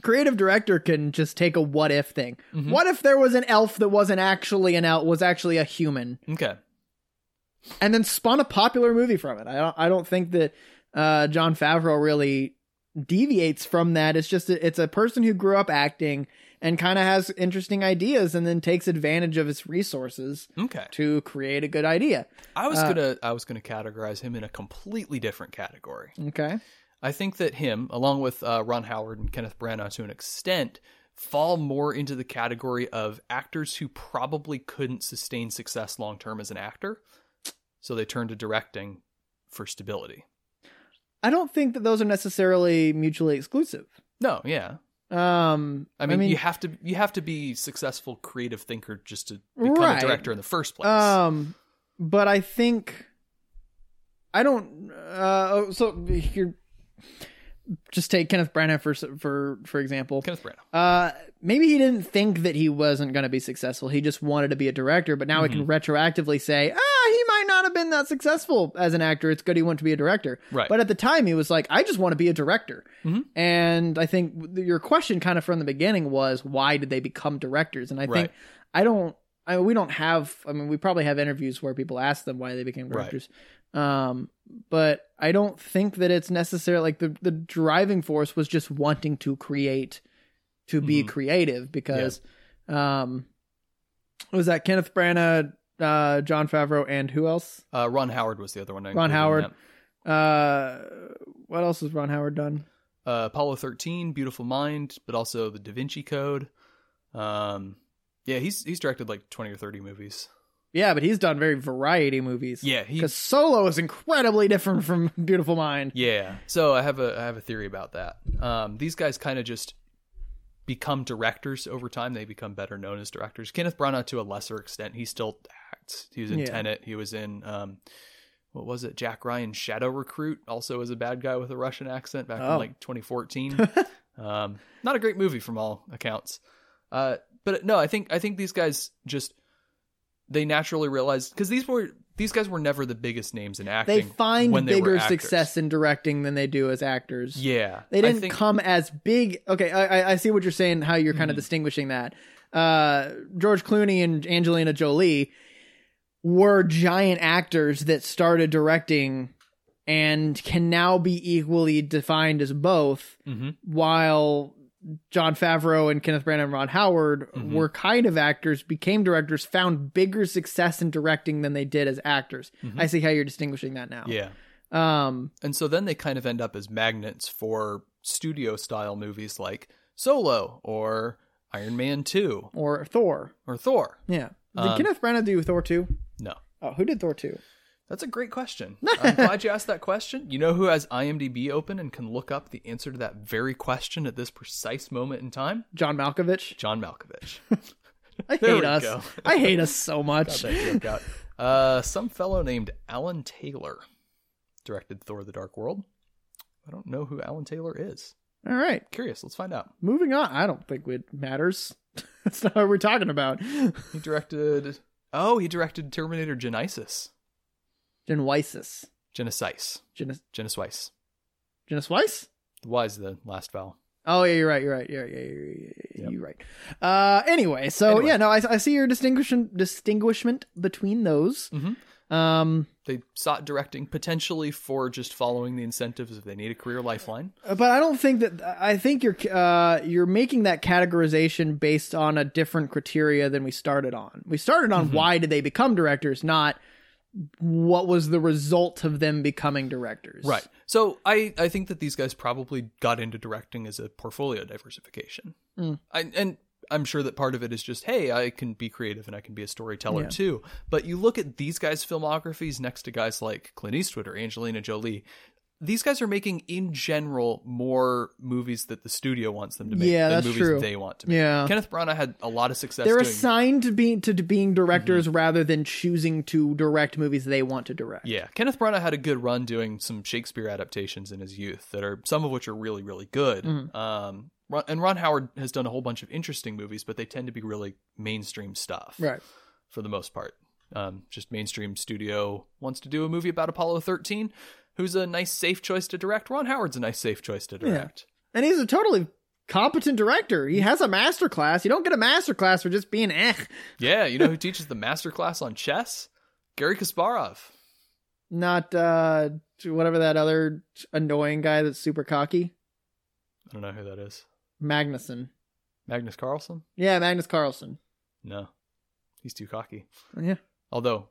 Speaker 1: creative director can just take a what if thing.
Speaker 2: Mhm.
Speaker 1: What if there was an elf that wasn't actually an elf, was actually a human,
Speaker 2: okay
Speaker 1: and then spun a popular movie from it? I don't, I don't think that uh, John Favreau really deviates from that. It's just a, it's a person who grew up acting and kind of has interesting ideas, and then takes advantage of his resources
Speaker 2: okay
Speaker 1: to create a good idea.
Speaker 2: I was
Speaker 1: Uh,
Speaker 2: gonna I was gonna categorize him in a completely different category
Speaker 1: Okay,
Speaker 2: I think that him, along with uh, Ron Howard and Kenneth Branagh to an extent, fall more into the category of actors who probably couldn't sustain success long term as an actor. So they turned to directing for stability.
Speaker 1: I don't think that those are necessarily mutually exclusive.
Speaker 2: No, yeah.
Speaker 1: Um,
Speaker 2: I mean, you have to you have to be successful creative thinker just to become
Speaker 1: Right.
Speaker 2: a director in the first place.
Speaker 1: Um, but I think I don't. Uh, oh, so here, just take Kenneth Branagh for s- for for example.
Speaker 2: Kenneth Branagh.
Speaker 1: Uh, maybe he didn't think that he wasn't going to be successful. He just wanted to be a director. But now I can retroactively say, ah, he might not have been that successful as an actor. It's good he wanted to be a director.
Speaker 2: Right.
Speaker 1: But at the time, he was like, I just want to be a director.
Speaker 2: Mhm.
Speaker 1: And I think th- your question, kind of from the beginning, was why did they become directors? And I
Speaker 2: Right.
Speaker 1: think I don't. I mean, we don't have. I mean, we probably have interviews where people ask them why they became
Speaker 2: Right.
Speaker 1: directors. Um, but I don't think that it's necessarily like the the driving force was just wanting to create, to be
Speaker 2: Mhm.
Speaker 1: creative because, um, what was that Kenneth Branagh, uh, John Favreau, and who else?
Speaker 2: Uh, Ron Howard was the other one. I
Speaker 1: Ron
Speaker 2: included in
Speaker 1: Howard.
Speaker 2: that.
Speaker 1: Uh, what else has Ron Howard done?
Speaker 2: uh, Apollo 13, Beautiful Mind, but also The Da Vinci Code. Um, yeah, he's he's directed like 20 or 30 movies.
Speaker 1: Yeah, but he's done very variety movies.
Speaker 2: Yeah, he
Speaker 1: because Solo is incredibly different from Beautiful Mind.
Speaker 2: yeah. So I have a I have a theory about that. Um, these guys kind of just become directors over time. They become better known as directors. Kenneth Branagh to a lesser extent. He still acts. He was in
Speaker 1: Yeah.
Speaker 2: Tenet. He was in um, what was it? Jack Ryan Shadow Recruit. Also was a bad guy with a Russian accent back
Speaker 1: Oh.
Speaker 2: in like 2014. um, not a great movie from all accounts. Uh, but no, I think I think these guys just they naturally realized because these were these guys were never the biggest names in acting.
Speaker 1: They find
Speaker 2: when they were
Speaker 1: bigger
Speaker 2: actors.
Speaker 1: success in directing than they do as actors.
Speaker 2: Yeah,
Speaker 1: They
Speaker 2: I
Speaker 1: didn't
Speaker 2: think-
Speaker 1: come as big. Okay, I, I- I see what you're saying. How you're kind of
Speaker 2: Mhm.
Speaker 1: distinguishing that. Uh, George Clooney and Angelina Jolie were giant actors that started directing and can now be equally defined as both.
Speaker 2: Mhm.
Speaker 1: While John Favreau and Kenneth Branagh and Ron Howard
Speaker 2: Mhm.
Speaker 1: were kind of actors, became directors, found bigger success in directing than they did as actors.
Speaker 2: Mhm.
Speaker 1: I see how you're distinguishing that now.
Speaker 2: Yeah,
Speaker 1: Um,
Speaker 2: and so then they kind of end up as magnets for studio style movies like Solo or Iron Man Two
Speaker 1: or Thor.
Speaker 2: or Thor.
Speaker 1: Yeah. Did
Speaker 2: Um,
Speaker 1: Kenneth Branagh do Thor 2?
Speaker 2: No.
Speaker 1: Oh, who did Thor 2?
Speaker 2: That's a great question. I'm glad you asked that question. You know who has IMDb open and can look up the answer to that very question at this precise moment in time?
Speaker 1: John Malkovich?
Speaker 2: John Malkovich.
Speaker 1: I
Speaker 2: There
Speaker 1: hate
Speaker 2: we
Speaker 1: us.
Speaker 2: go.
Speaker 1: I hate us so much.
Speaker 2: That joke out. Uh, some fellow named Alan Taylor directed Thor: The Dark World. I don't know who Alan Taylor is.
Speaker 1: All right.
Speaker 2: Curious. Let's find out.
Speaker 1: Moving on. I don't think it matters. That's not what we're talking about.
Speaker 2: He directed. Oh, he directed Terminator Genesis.
Speaker 1: Genoisis.
Speaker 2: Genesis.
Speaker 1: Genis
Speaker 2: Genesis.
Speaker 1: Geniswice?
Speaker 2: The Y's the last vowel.
Speaker 1: Oh yeah, you're right. You're right. Yeah, yeah, yeah, yeah, yeah,
Speaker 2: Yep.
Speaker 1: you're right. Uh, anyway, so
Speaker 2: Anyway.
Speaker 1: yeah, no, I, I see your distinguishing distinguishment between those.
Speaker 2: Mhm.
Speaker 1: Um,
Speaker 2: They sought directing potentially for just following the incentives if they need a career lifeline.
Speaker 1: but I don't think that I think you're uh, you're making that categorization based on a different criteria than we started on. We started on
Speaker 2: Mhm.
Speaker 1: why did they become directors, not what was the result of them becoming directors.
Speaker 2: Right. So I, I think that these guys probably got into directing as a portfolio diversification.
Speaker 1: Mm.
Speaker 2: I, and I'm sure that part of it is just, hey, I can be creative and I can be a storyteller
Speaker 1: Yeah.
Speaker 2: too. But you look at these guys' filmographies next to guys like Clint Eastwood or Angelina Jolie, these guys are making in general more movies that the studio wants them to make
Speaker 1: Yeah,
Speaker 2: than
Speaker 1: that's
Speaker 2: movies
Speaker 1: true.
Speaker 2: they want to make.
Speaker 1: Yeah.
Speaker 2: Kenneth Branagh had a lot of success
Speaker 1: They're
Speaker 2: doing Mm-hmm.
Speaker 1: assigned to being to being directors rather than choosing to direct movies they want to direct.
Speaker 2: Yeah, Kenneth Branagh had a good run doing some Shakespeare adaptations in his youth that are some of which are really really good. Um, Ron, and Ron Howard has done a whole bunch of interesting movies, but they tend to be really mainstream stuff
Speaker 1: Right.
Speaker 2: for the most part. Um, just mainstream studio wants to do a movie about Apollo 13. Who's a nice safe choice to direct? Ron Howard's a nice safe choice to direct.
Speaker 1: And he's a totally competent director. He has a master class. You don't get a master class for just being eh.
Speaker 2: Yeah, you know who teaches the master class on chess? Gary Kasparov.
Speaker 1: Not uh whatever that other annoying guy that's super cocky.
Speaker 2: I don't know who that is.
Speaker 1: Magnuson.
Speaker 2: Magnus Carlsen?
Speaker 1: Yeah, Magnus Carlson.
Speaker 2: No, he's too cocky.
Speaker 1: Yeah.
Speaker 2: Although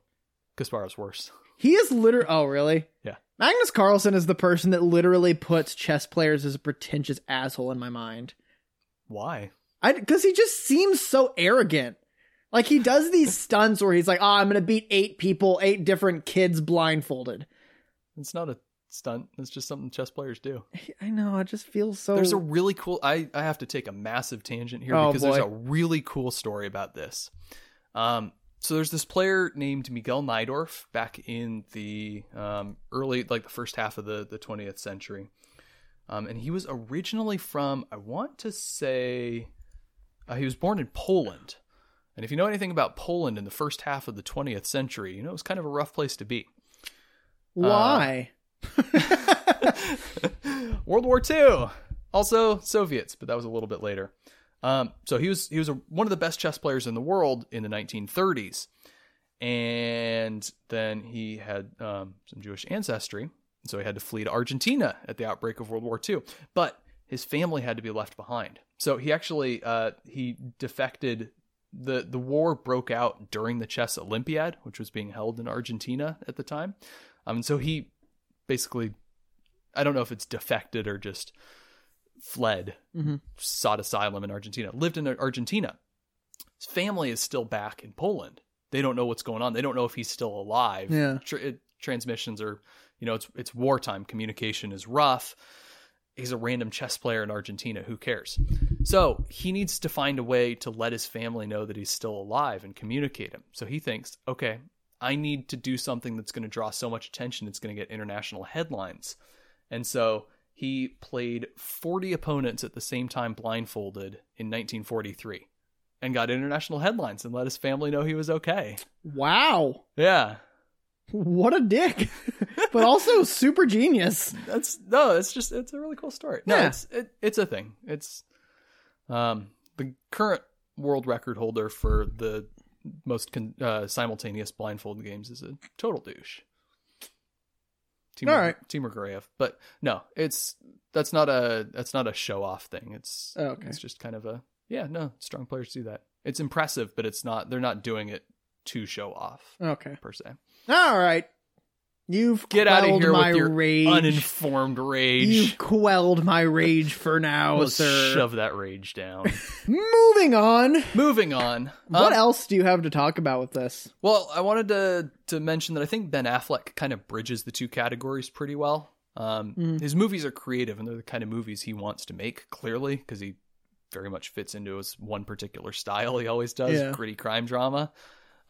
Speaker 2: Kasparov's worse.
Speaker 1: He is literally. Oh, really?
Speaker 2: Yeah.
Speaker 1: Magnus Carlsen is the person that literally puts chess players as a pretentious asshole in my mind.
Speaker 2: Why?
Speaker 1: I because he just seems so arrogant. Like he does these stunts where he's like, "Oh, I'm gonna beat eight people, eight different kids blindfolded."
Speaker 2: It's not a stunt. It's just something chess players do.
Speaker 1: I know. I just feel so.
Speaker 2: There's a really cool. I I have to take a massive tangent here
Speaker 1: Oh,
Speaker 2: because there's
Speaker 1: boy.
Speaker 2: a really cool story about this. Um, so there's this player named Miguel Nydorf back in the um, early, like the first half of the the 20th century, um, and he was originally from. I want to say uh, he was born in Poland, and if you know anything about Poland in the first half of the 20th century, you know it was kind of a rough place to be. Uh,
Speaker 1: why.
Speaker 2: World War II. Also Soviets, but that was a little bit later. Um, so he was he was a, one of the best chess players in the world in the 1930s, and then he had um, some Jewish ancestry, so he had to flee to Argentina at the outbreak of World War II. But his family had to be left behind, so he actually uh, he defected. the The war broke out during the chess Olympiad, which was being held in Argentina at the time, um, and so he basically I don't know if it's defected or just fled,
Speaker 1: Mhm.
Speaker 2: sought asylum in Argentina, lived in Argentina. His family is still back in Poland. They don't know what's going on. They don't know if he's still alive.
Speaker 1: Yeah.
Speaker 2: Tr- it- transmissions are, you know, it's it's wartime. Communication is rough. He's a random chess player in Argentina. Who cares? So he needs to find a way to let his family know that he's still alive and communicate him. So he thinks, okay, I need to do something that's going to draw so much attention, it's going to get international headlines. And so he played 40 opponents at the same time blindfolded in 1943 and got international headlines and let his family know he was okay.
Speaker 1: Wow.
Speaker 2: Yeah.
Speaker 1: What a dick. but also super genius.
Speaker 2: That's no, it's just it's a really cool story. No,
Speaker 1: Yeah.
Speaker 2: it's it, it's a thing. It's um the current world record holder for the most con- uh, simultaneous blindfold games is a total douche. Timur,
Speaker 1: All right.
Speaker 2: Timur Gurayev. But no, it's that's not a that's not a show off thing. It's
Speaker 1: Oh, okay.
Speaker 2: it's just kind of a yeah, no, strong players do that. It's impressive, but it's not they're not doing it to show off
Speaker 1: Okay.
Speaker 2: per se.
Speaker 1: All right. You've
Speaker 2: Get out of
Speaker 1: quelled
Speaker 2: here
Speaker 1: my
Speaker 2: with your
Speaker 1: rage.
Speaker 2: uninformed rage.
Speaker 1: You've quelled my rage for now,
Speaker 2: We'll
Speaker 1: sir.
Speaker 2: shove that rage down.
Speaker 1: Moving on.
Speaker 2: Moving on.
Speaker 1: what
Speaker 2: Um,
Speaker 1: else do you have to talk about with this?
Speaker 2: Well, I wanted to to mention that I think Ben Affleck kind of bridges the two categories pretty well. Um,
Speaker 1: Mm.
Speaker 2: His movies are creative, and they're the kind of movies he wants to make. Clearly, because he very much fits into his one particular style he always does:
Speaker 1: Yeah.
Speaker 2: gritty crime drama.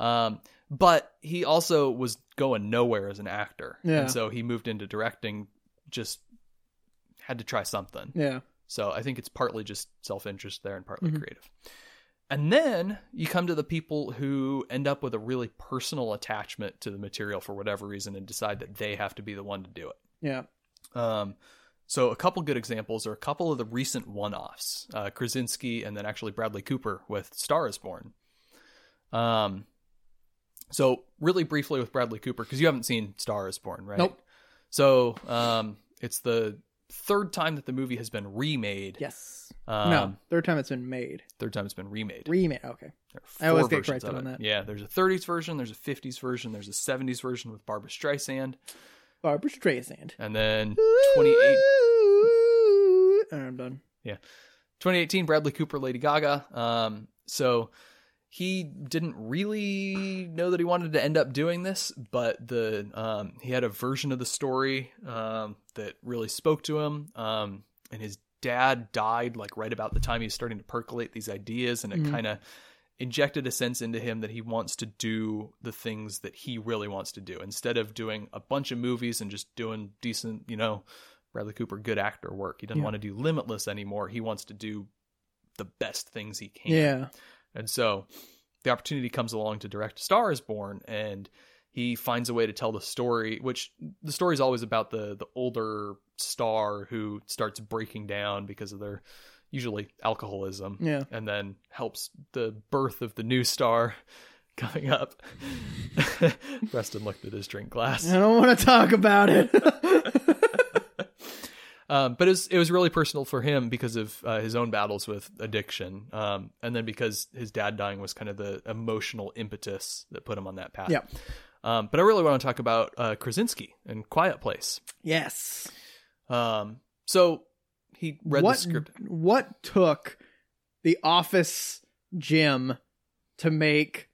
Speaker 2: Um, but he also was going nowhere as an actor,
Speaker 1: Yeah.
Speaker 2: and so he moved into directing. Just had to try something.
Speaker 1: Yeah.
Speaker 2: So I think it's partly just self interest there and partly
Speaker 1: Mhm.
Speaker 2: creative. And then you come to the people who end up with a really personal attachment to the material for whatever reason and decide that they have to be the one to do it.
Speaker 1: Yeah.
Speaker 2: Um, so a couple good examples are a couple of the recent one offs uh, Krasinski and then actually Bradley Cooper with Star is Born. Um, so, really briefly with Bradley Cooper, because you haven't seen Star is Born, right?
Speaker 1: Nope.
Speaker 2: So, um, it's the third time that the movie has been remade.
Speaker 1: Yes.
Speaker 2: Um,
Speaker 1: no. Third time it's been made.
Speaker 2: Third time it's been remade.
Speaker 1: Remade. Okay.
Speaker 2: There are
Speaker 1: I always
Speaker 2: four
Speaker 1: get
Speaker 2: versions
Speaker 1: corrected
Speaker 2: of
Speaker 1: on
Speaker 2: it.
Speaker 1: that.
Speaker 2: Yeah, there's a 30s version, there's a 50s version, there's a 70s version with Barbara Streisand,
Speaker 1: Barbara Streisand.
Speaker 2: and then 28,
Speaker 1: Ooh, I'm done.
Speaker 2: 2018 Bradley Cooper, Lady Gaga. Um, so he didn't really know that he wanted to end up doing this, but the um, he had a version of the story um, that really spoke to him. Um, and his dad died like right about the time he was starting to percolate these ideas, and it
Speaker 1: Mhm.
Speaker 2: kind of injected a sense into him that he wants to do the things that he really wants to do instead of doing a bunch of movies and just doing decent, you know, Bradley Cooper good actor work. He doesn't
Speaker 1: Yeah.
Speaker 2: want to do Limitless anymore. He wants to do the best things he can.
Speaker 1: Yeah.
Speaker 2: And so the opportunity comes along to direct A Star is Born, and he finds a way to tell the story, which the story is always about the the older star who starts breaking down because of their usually alcoholism
Speaker 1: Yeah.
Speaker 2: and then helps the birth of the new star coming up. Preston looked at his drink glass.
Speaker 1: I don't want to talk about it.
Speaker 2: um, but it was, it was really personal for him because of uh, his own battles with addiction, um, and then because his dad dying was kind of the emotional impetus that put him on that path.
Speaker 1: Yeah.
Speaker 2: Um, but I really want to talk about uh, Krasinski and Quiet Place.
Speaker 1: yes.
Speaker 2: Um, so he read
Speaker 1: what,
Speaker 2: the script.
Speaker 1: What took the office Jim to make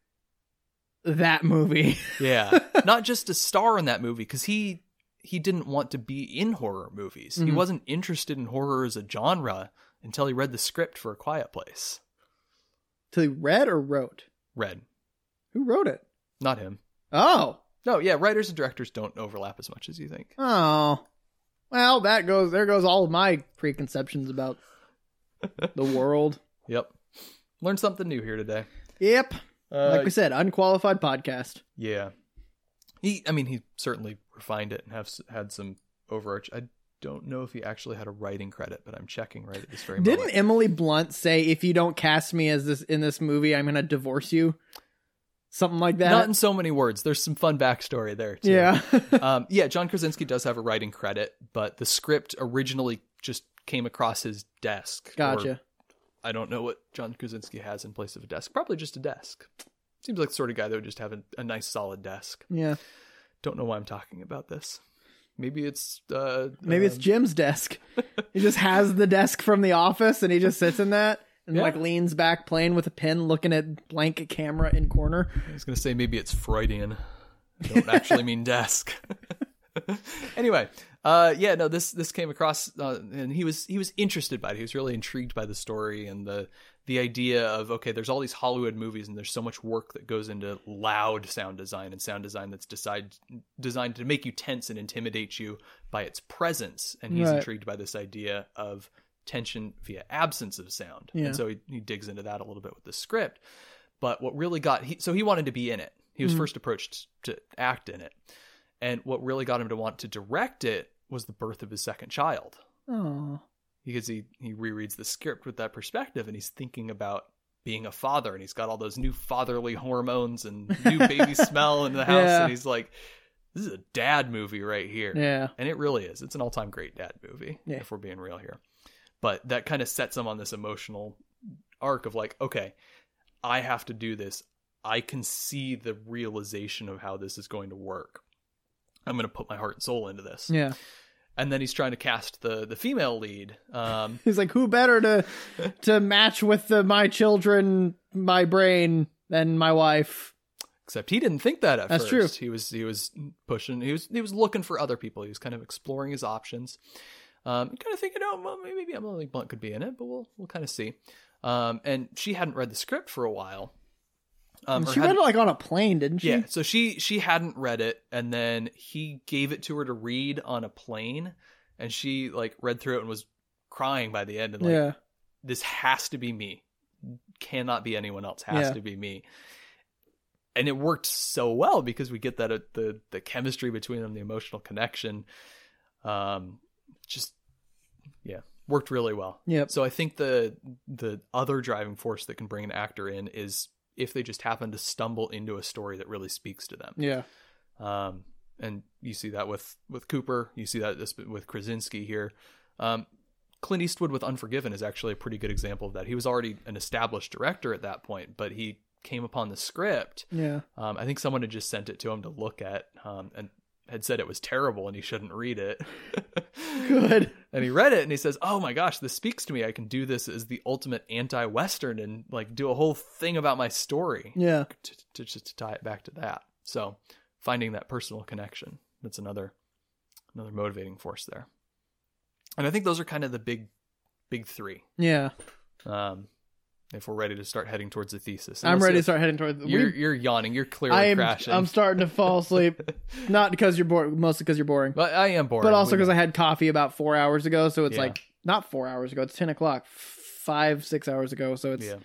Speaker 1: that movie?
Speaker 2: Yeah, not just a star in that movie because he he didn't want to be in horror movies. He
Speaker 1: Mhm.
Speaker 2: wasn't interested in horror as a genre until he read the script for A Quiet Place.
Speaker 1: to read or wrote?
Speaker 2: Read,
Speaker 1: Who wrote it?
Speaker 2: not him.
Speaker 1: Oh.
Speaker 2: No, yeah, writers and directors don't overlap as much as you think.
Speaker 1: Oh. Well, that goes there goes all of my preconceptions about the world.
Speaker 2: Yep, learned something new here today.
Speaker 1: Yep.
Speaker 2: Uh,
Speaker 1: Like we said, unqualified podcast.
Speaker 2: yeah, he. I mean, he certainly refined it and have s- had some overarch. I don't know if he actually had a writing credit, but I'm checking right at this very
Speaker 1: Didn't
Speaker 2: moment.
Speaker 1: Emily Blunt say if you don't cast me as this in this movie, I'm gonna divorce you? Something like that.
Speaker 2: Not in so many words. There's some fun backstory there. Too.
Speaker 1: yeah.
Speaker 2: um, yeah, John Krasinski does have a writing credit, but the script originally just came across his desk. Or
Speaker 1: gotcha.
Speaker 2: I don't know what John Krasinski has in place of a desk. Probably just a desk. Seems like the sort of guy that would just have a, a nice solid desk.
Speaker 1: Yeah.
Speaker 2: Don't know why I'm talking about this. Maybe it's uh,
Speaker 1: Maybe it's
Speaker 2: um,
Speaker 1: Jim's desk. he just has the desk from the office and he just sits in that and
Speaker 2: Yeah.
Speaker 1: like leans back playing with a pen looking at blank camera in corner.
Speaker 2: I was gonna say maybe it's Freudian. I don't actually mean desk. anyway, uh, yeah, no, this this came across, uh, and he was he was interested by it. He was really intrigued by the story and the the idea of okay, there's all these Hollywood movies, and there's so much work that goes into loud sound design and sound design that's decide, designed to make you tense and intimidate you by its presence. And he's
Speaker 1: Right.
Speaker 2: intrigued by this idea of tension via absence of sound.
Speaker 1: Yeah.
Speaker 2: And so he, he digs into that a little bit with the script. But what really got he so he wanted to be in it. He was
Speaker 1: Mhm.
Speaker 2: first approached to act in it. And what really got him to want to direct it was the birth of his second child.
Speaker 1: Oh.
Speaker 2: Because he, he rereads the script with that perspective and he's thinking about being a father and he's got all those new fatherly hormones and new baby smell in the house
Speaker 1: Yeah.
Speaker 2: and he's like, This is a dad movie right here.
Speaker 1: Yeah.
Speaker 2: And it really is. It's an all time great dad movie,
Speaker 1: Yeah.
Speaker 2: if we're being real here. But that kind of sets him on this emotional arc of like, okay, I have to do this. I can see the realization of how this is going to work. I'm going to put my heart and soul into this.
Speaker 1: Yeah.
Speaker 2: And then he's trying to cast the the female lead. Um,
Speaker 1: He's like, who better to to match with the my children, my brain than my wife?
Speaker 2: except he didn't think that at
Speaker 1: That's
Speaker 2: first. He was he was pushing. He was he was looking for other people. He was kind of exploring his options. Um, kind of thinking, oh, well, maybe Emily Blunt could be in it, but we'll we'll kind of see. Um, and she hadn't read the script for a while. Um, or
Speaker 1: she
Speaker 2: hadn't-
Speaker 1: read it like on a plane, didn't she?
Speaker 2: yeah, so she she hadn't read it, and then he gave it to her to read on a plane, and she like read through it and was crying by the end, and like
Speaker 1: yeah.
Speaker 2: this has to be me cannot be anyone else has
Speaker 1: Yeah.
Speaker 2: to be me and it worked so well because we get that uh, the the chemistry between them the emotional connection um just yeah worked really well
Speaker 1: Yep.
Speaker 2: so i think the the other driving force that can bring an actor in is if they just happen to stumble into a story that really speaks to them
Speaker 1: Yeah.
Speaker 2: um, and you see that with with Cooper. You see that this with Krasinski here. Um, Clint Eastwood with Unforgiven is actually a pretty good example of that. He was already an established director at that point, but he came upon the script.
Speaker 1: Yeah.
Speaker 2: Um, I think someone had just sent it to him to look at, um, and had said it was terrible and he shouldn't read it.
Speaker 1: Good.
Speaker 2: And he read it and he says, "Oh my gosh, this speaks to me. I can do this as the ultimate anti-western and like do a whole thing about my story
Speaker 1: Yeah.
Speaker 2: to to, to, to tie it back to that." So, finding that personal connection, that's another another motivating force there. And I think those are kind of the big big 3.
Speaker 1: Yeah.
Speaker 2: Um if we're ready to start heading towards the thesis.
Speaker 1: I'm
Speaker 2: Unless
Speaker 1: ready
Speaker 2: you-
Speaker 1: to start heading toward the. we-
Speaker 2: You're you're yawning. You're clearly
Speaker 1: I am.
Speaker 2: crashing.
Speaker 1: I'm starting to fall asleep. Not because you're bored, mostly because you're boring,
Speaker 2: But I am bored.
Speaker 1: but also because I had coffee about four hours ago. So it's
Speaker 2: Yeah.
Speaker 1: like not four hours ago. It's ten o'clock. Five, six hours ago. So it's
Speaker 2: yeah.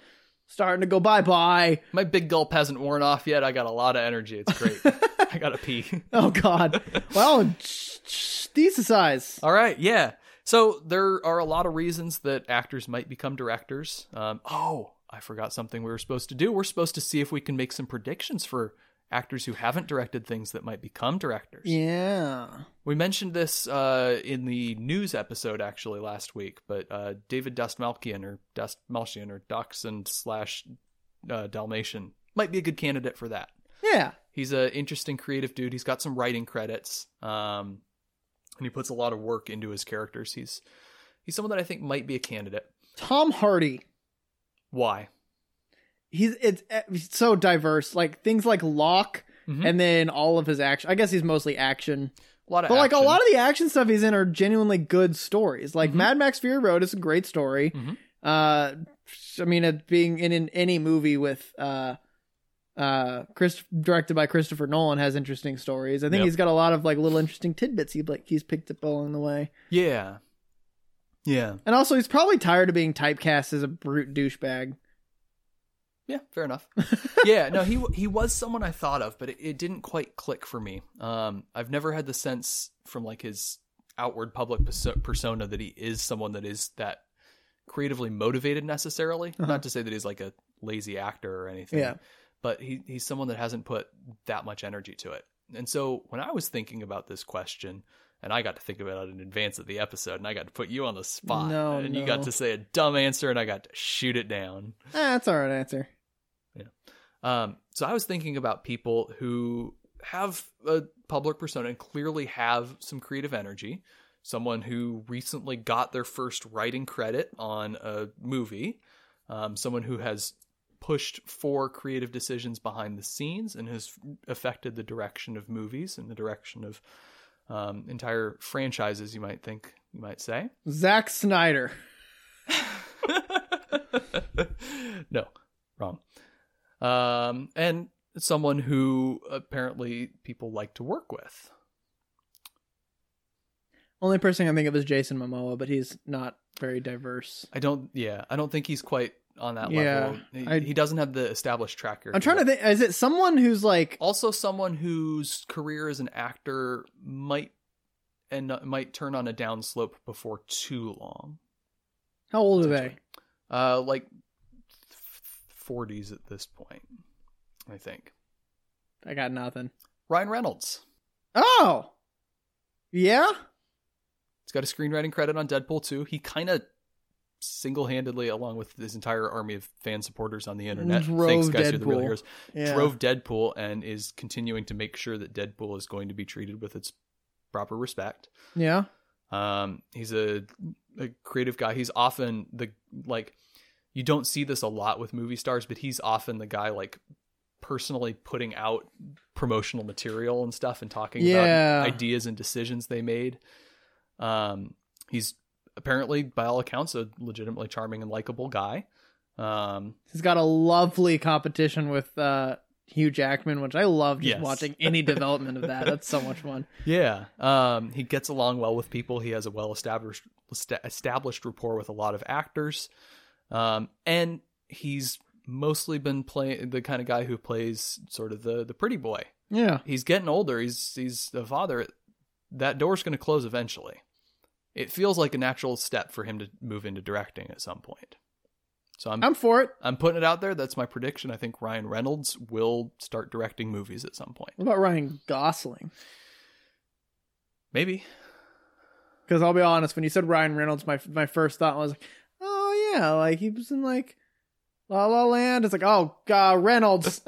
Speaker 1: starting to go bye bye.
Speaker 2: My big gulp hasn't worn off yet. I got a lot of energy. It's great. I gotta pee.
Speaker 1: Oh God. well, sh- sh- thesisize.
Speaker 2: All right, yeah. So there are a lot of reasons that actors might become directors. Um, oh, I forgot something we were supposed to do. We're supposed to see if we can make some predictions for actors who haven't directed things that might become directors.
Speaker 1: Yeah.
Speaker 2: We mentioned this uh, in the news episode actually last week, but uh, David Dastmalchian or Dastmalchian or Dachshund slash uh, Dalmatian might be a good candidate for that.
Speaker 1: Yeah.
Speaker 2: he's a interesting creative dude he's got some writing credits um and he puts a lot of work into his characters he's he's someone that i think might be a candidate
Speaker 1: Tom Hardy.
Speaker 2: why
Speaker 1: He's it's, it's so diverse. Like things like Locke,
Speaker 2: Mhm.
Speaker 1: and then all of his action. I guess he's mostly action.
Speaker 2: a lot of
Speaker 1: But like a
Speaker 2: action.
Speaker 1: lot of the action stuff he's in are genuinely good stories. Like
Speaker 2: Mhm.
Speaker 1: Mad Max Fury Road is a great story.
Speaker 2: Mhm.
Speaker 1: Uh, I mean, it being in, in any movie with uh, uh, Chris directed by Christopher Nolan has interesting stories. I think
Speaker 2: Yep.
Speaker 1: he's got a lot of like little interesting tidbits he like he's picked up along the way.
Speaker 2: yeah yeah
Speaker 1: And also, he's probably tired of being typecast as a brute douchebag. Eh,
Speaker 2: yeah fair enough yeah no he he was someone i thought of but it, it didn't quite click for me um i've never had the sense from like his outward public perso- persona that he is someone that is that creatively motivated necessarily
Speaker 1: Uh-huh.
Speaker 2: not to say that he's like a lazy actor or anything
Speaker 1: Yeah.
Speaker 2: but he, he's someone that hasn't put that much energy to it. And so when I was thinking about this question, and I got to think about it in advance of the episode, and I got to put you on the spot,
Speaker 1: No,
Speaker 2: and you
Speaker 1: no.
Speaker 2: got to say a dumb answer, and I got to shoot it down.
Speaker 1: Ah, that's all right answer.
Speaker 2: Um, so I was thinking about people who have a public persona and clearly have some creative energy. Someone who recently got their first writing credit on a movie. Um, someone who has pushed for creative decisions behind the scenes and has affected the direction of movies and the direction of um, entire franchises. You might think, you might say.
Speaker 1: Zack Snyder.
Speaker 2: no, wrong. Um, and someone who apparently people like to work with.
Speaker 1: Only person I can think of is Jason Momoa, but he's not very diverse.
Speaker 2: I don't. Yeah, I don't think he's quite on that level.
Speaker 1: Yeah,
Speaker 2: He,
Speaker 1: I-
Speaker 2: he doesn't have the established track record.
Speaker 1: I'm trying to think. Is it someone who's like
Speaker 2: Also, someone whose career as an actor might and might turn on a downslope before too long.
Speaker 1: how old are they?
Speaker 2: potentially. Uh, like forties at this point, I think.
Speaker 1: I got nothing.
Speaker 2: Ryan Reynolds.
Speaker 1: Oh, yeah.
Speaker 2: He's got a screenwriting credit on Deadpool 2. He kind of single-handedly, along with his entire army of fan supporters on the internet,
Speaker 1: Drove
Speaker 2: thanks guys you're the real
Speaker 1: Deadpool.
Speaker 2: heroes,
Speaker 1: yeah.
Speaker 2: drove Deadpool and is continuing to make sure that Deadpool is going to be treated with its proper respect.
Speaker 1: Yeah.
Speaker 2: Um, he's a, a creative guy. He's often the like you don't see this a lot with movie stars, but he's often the guy like personally putting out promotional material and stuff and talking
Speaker 1: Yeah.
Speaker 2: about ideas and decisions they made. Um, he's apparently, by all accounts, a legitimately charming and likable guy. Um,
Speaker 1: He's got a lovely competition with uh, Hugh Jackman, which I love just
Speaker 2: Yes.
Speaker 1: watching any development of that. That's so much fun.
Speaker 2: Yeah, um, he gets along well with people. He has a well established established rapport with a lot of actors, um, and he's mostly been playing the kind of guy who plays sort of the the pretty boy.
Speaker 1: Yeah.
Speaker 2: He's getting older. He's he's a father. That door's going to close eventually. It feels like a natural step for him to move into directing at some point. So I'm
Speaker 1: I'm for it.
Speaker 2: I'm putting it out there. That's my prediction. I think Ryan Reynolds will start directing movies at some point.
Speaker 1: What about Ryan Gosling?
Speaker 2: Maybe.
Speaker 1: Because I'll be honest, when you said Ryan Reynolds, my my first thought was, oh yeah, like he was in like La La Land. It's like, oh God, Reynolds.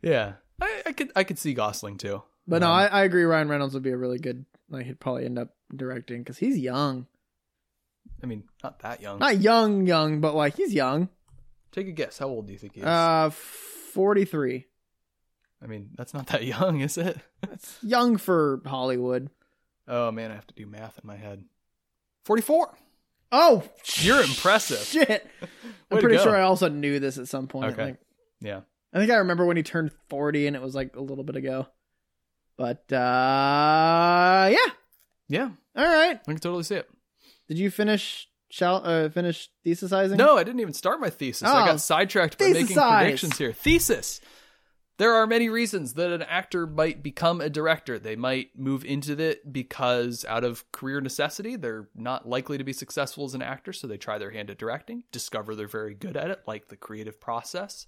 Speaker 2: yeah, I, I could I could see Gosling too.
Speaker 1: But no,
Speaker 2: Um,
Speaker 1: I, I agree. Ryan Reynolds would be a really good. Like he'd probably end up directing because he's young,
Speaker 2: I mean, not that young.
Speaker 1: not young, young, but like he's young.
Speaker 2: Take a guess. How old do you think he is?
Speaker 1: Uh, forty three.
Speaker 2: I mean, that's not that young, is it?
Speaker 1: That's young for Hollywood.
Speaker 2: oh man, I have to do math in my head. Forty-four.
Speaker 1: Oh,
Speaker 2: You're impressive.
Speaker 1: Shit, I'm
Speaker 2: Way to
Speaker 1: pretty
Speaker 2: go.
Speaker 1: sure I also knew this at some point.
Speaker 2: Okay.
Speaker 1: Like,
Speaker 2: Yeah.
Speaker 1: I think I remember when he turned forty, and it was like a little bit ago. But uh, yeah.
Speaker 2: Yeah,
Speaker 1: All right.
Speaker 2: I can totally see it.
Speaker 1: Did you finish? Shall uh, finish thesisizing?
Speaker 2: No, I didn't even start my thesis. I
Speaker 1: Oh.
Speaker 2: got sidetracked by making
Speaker 1: Thesisize.
Speaker 2: predictions here. Thesis. There are many reasons that an actor might become a director. They might move into it because, out of career necessity, they're not likely to be successful as an actor, so they try their hand at directing, discover they're very good at it, like the creative process.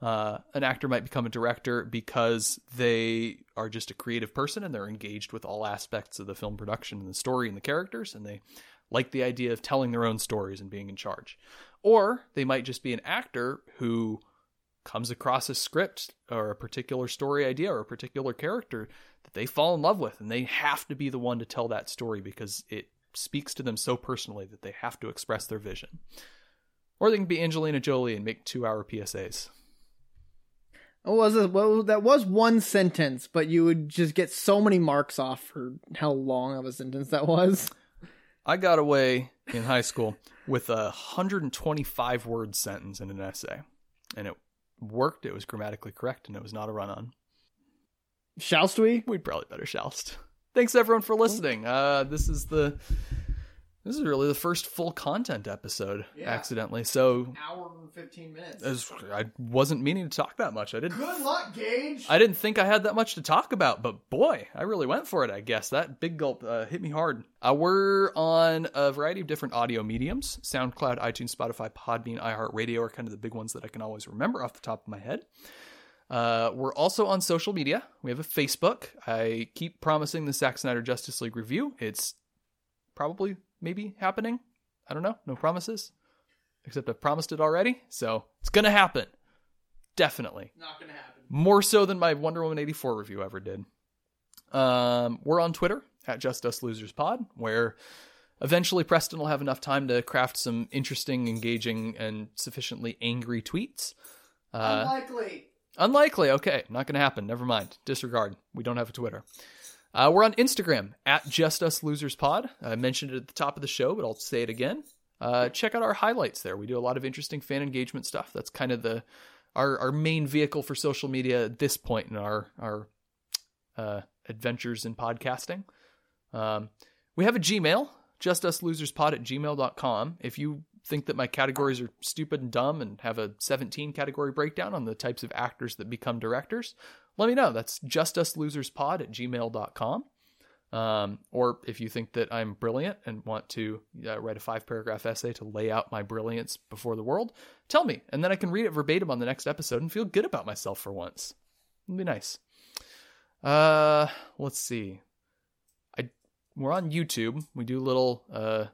Speaker 2: Uh, an actor might become a director because they are just a creative person and they're engaged with all aspects of the film production and the story and the characters, and they like the idea of telling their own stories and being in charge. Or they might just be an actor who comes across a script or a particular story idea or a particular character that they fall in love with and they have to be the one to tell that story because it speaks to them so personally that they have to express their vision. Or they can be Angelina Jolie and make two hour PSAs.
Speaker 1: What was it? What was, that was one sentence, but you would just get so many marks off for how long of a sentence that was.
Speaker 2: I got away in high school with a 125 word sentence in an essay, and it worked. It was grammatically correct, and it was not a run on.
Speaker 1: Shallst we?
Speaker 2: We'd probably better shoust. Thanks everyone for listening. Uh, this is the this is really the first full content episode.
Speaker 1: Yeah.
Speaker 2: Accidentally, so
Speaker 1: Hour and fifteen minutes.
Speaker 2: as, I wasn't meaning to talk that much. I didn't.
Speaker 1: Good luck, Gage.
Speaker 2: I didn't think I had that much to talk about, but boy, I really went for it, I guess. That big gulp uh, hit me hard. Uh, we're on a variety of different audio mediums SoundCloud, iTunes, Spotify, Podbean, iHeartRadio are kind of the big ones that I can always remember off the top of my head. Uh, we're also on social media. We have a Facebook. I keep promising the Zack Snyder Justice League review. It's probably, maybe happening. I don't know. No promises. Except I've promised it already. So it's going to happen. Definitely
Speaker 1: Not gonna happen.
Speaker 2: more so than my Wonder Woman 84 review ever did. Um, we're on Twitter at Just Us Losers Pod, where eventually Preston will have enough time to craft some interesting, engaging, and sufficiently angry tweets.
Speaker 1: Oh,
Speaker 2: Uh,
Speaker 1: Unlikely.
Speaker 2: Unlikely. Okay, not going to happen. Never mind. Disregard. We don't have a Twitter. Uh, we're on Instagram at Just Us Losers Pod. I mentioned it at the top of the show, but I'll say it again. Uh, check out our highlights there. We do a lot of interesting fan engagement stuff. That's kind of the our, our main vehicle for social media at this point in our our uh, adventures in podcasting. Um, we have a Gmail, justuslosers.pod at gmail.com. If you think that my categories are stupid and dumb and have a 17 category breakdown on the types of actors that become directors, let me know. That's justuslosers.pod at gmail.com. Um, or if you think that I'm brilliant and want to uh, write a five paragraph essay to lay out my brilliance before the world, tell me, and then I can read it verbatim on the next episode and feel good about myself for once. It'd be nice. Uh, let's see we're on YouTube. We do little uh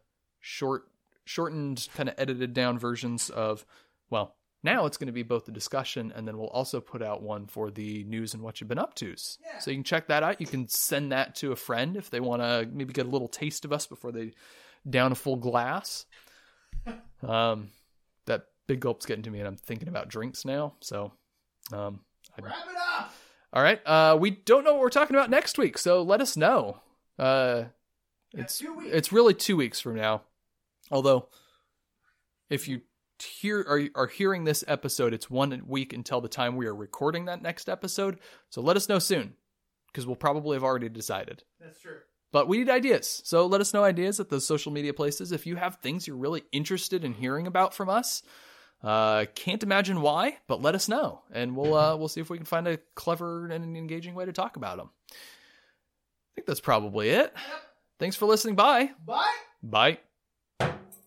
Speaker 2: short shortened kind of edited down versions of well, now it's going to be both the discussion and then we'll also put out one for the news and what you've been up to's.
Speaker 1: Yeah.
Speaker 2: So you can check that out. You can send that to a friend if they want to maybe get a little taste of us before they down a full glass. um that big gulp's getting to me and I'm thinking about drinks now. So um
Speaker 1: Wrap it up.
Speaker 2: all right. Uh, we don't know what we're talking about next week, so let us know. Uh, it's
Speaker 1: two weeks.
Speaker 2: it's really two weeks from now. Although, if you hear are, are hearing this episode, it's one week until the time we are recording that next episode. So let us know soon, because we'll probably have already decided.
Speaker 1: That's true.
Speaker 2: But we need ideas. So let us know ideas at those social media places. If you have things you're really interested in hearing about from us, uh, can't imagine why, but let us know, and we'll uh, we'll see if we can find a clever and engaging way to talk about them. I think that's probably it. Thanks for listening. Bye.
Speaker 1: Bye.
Speaker 2: Bye.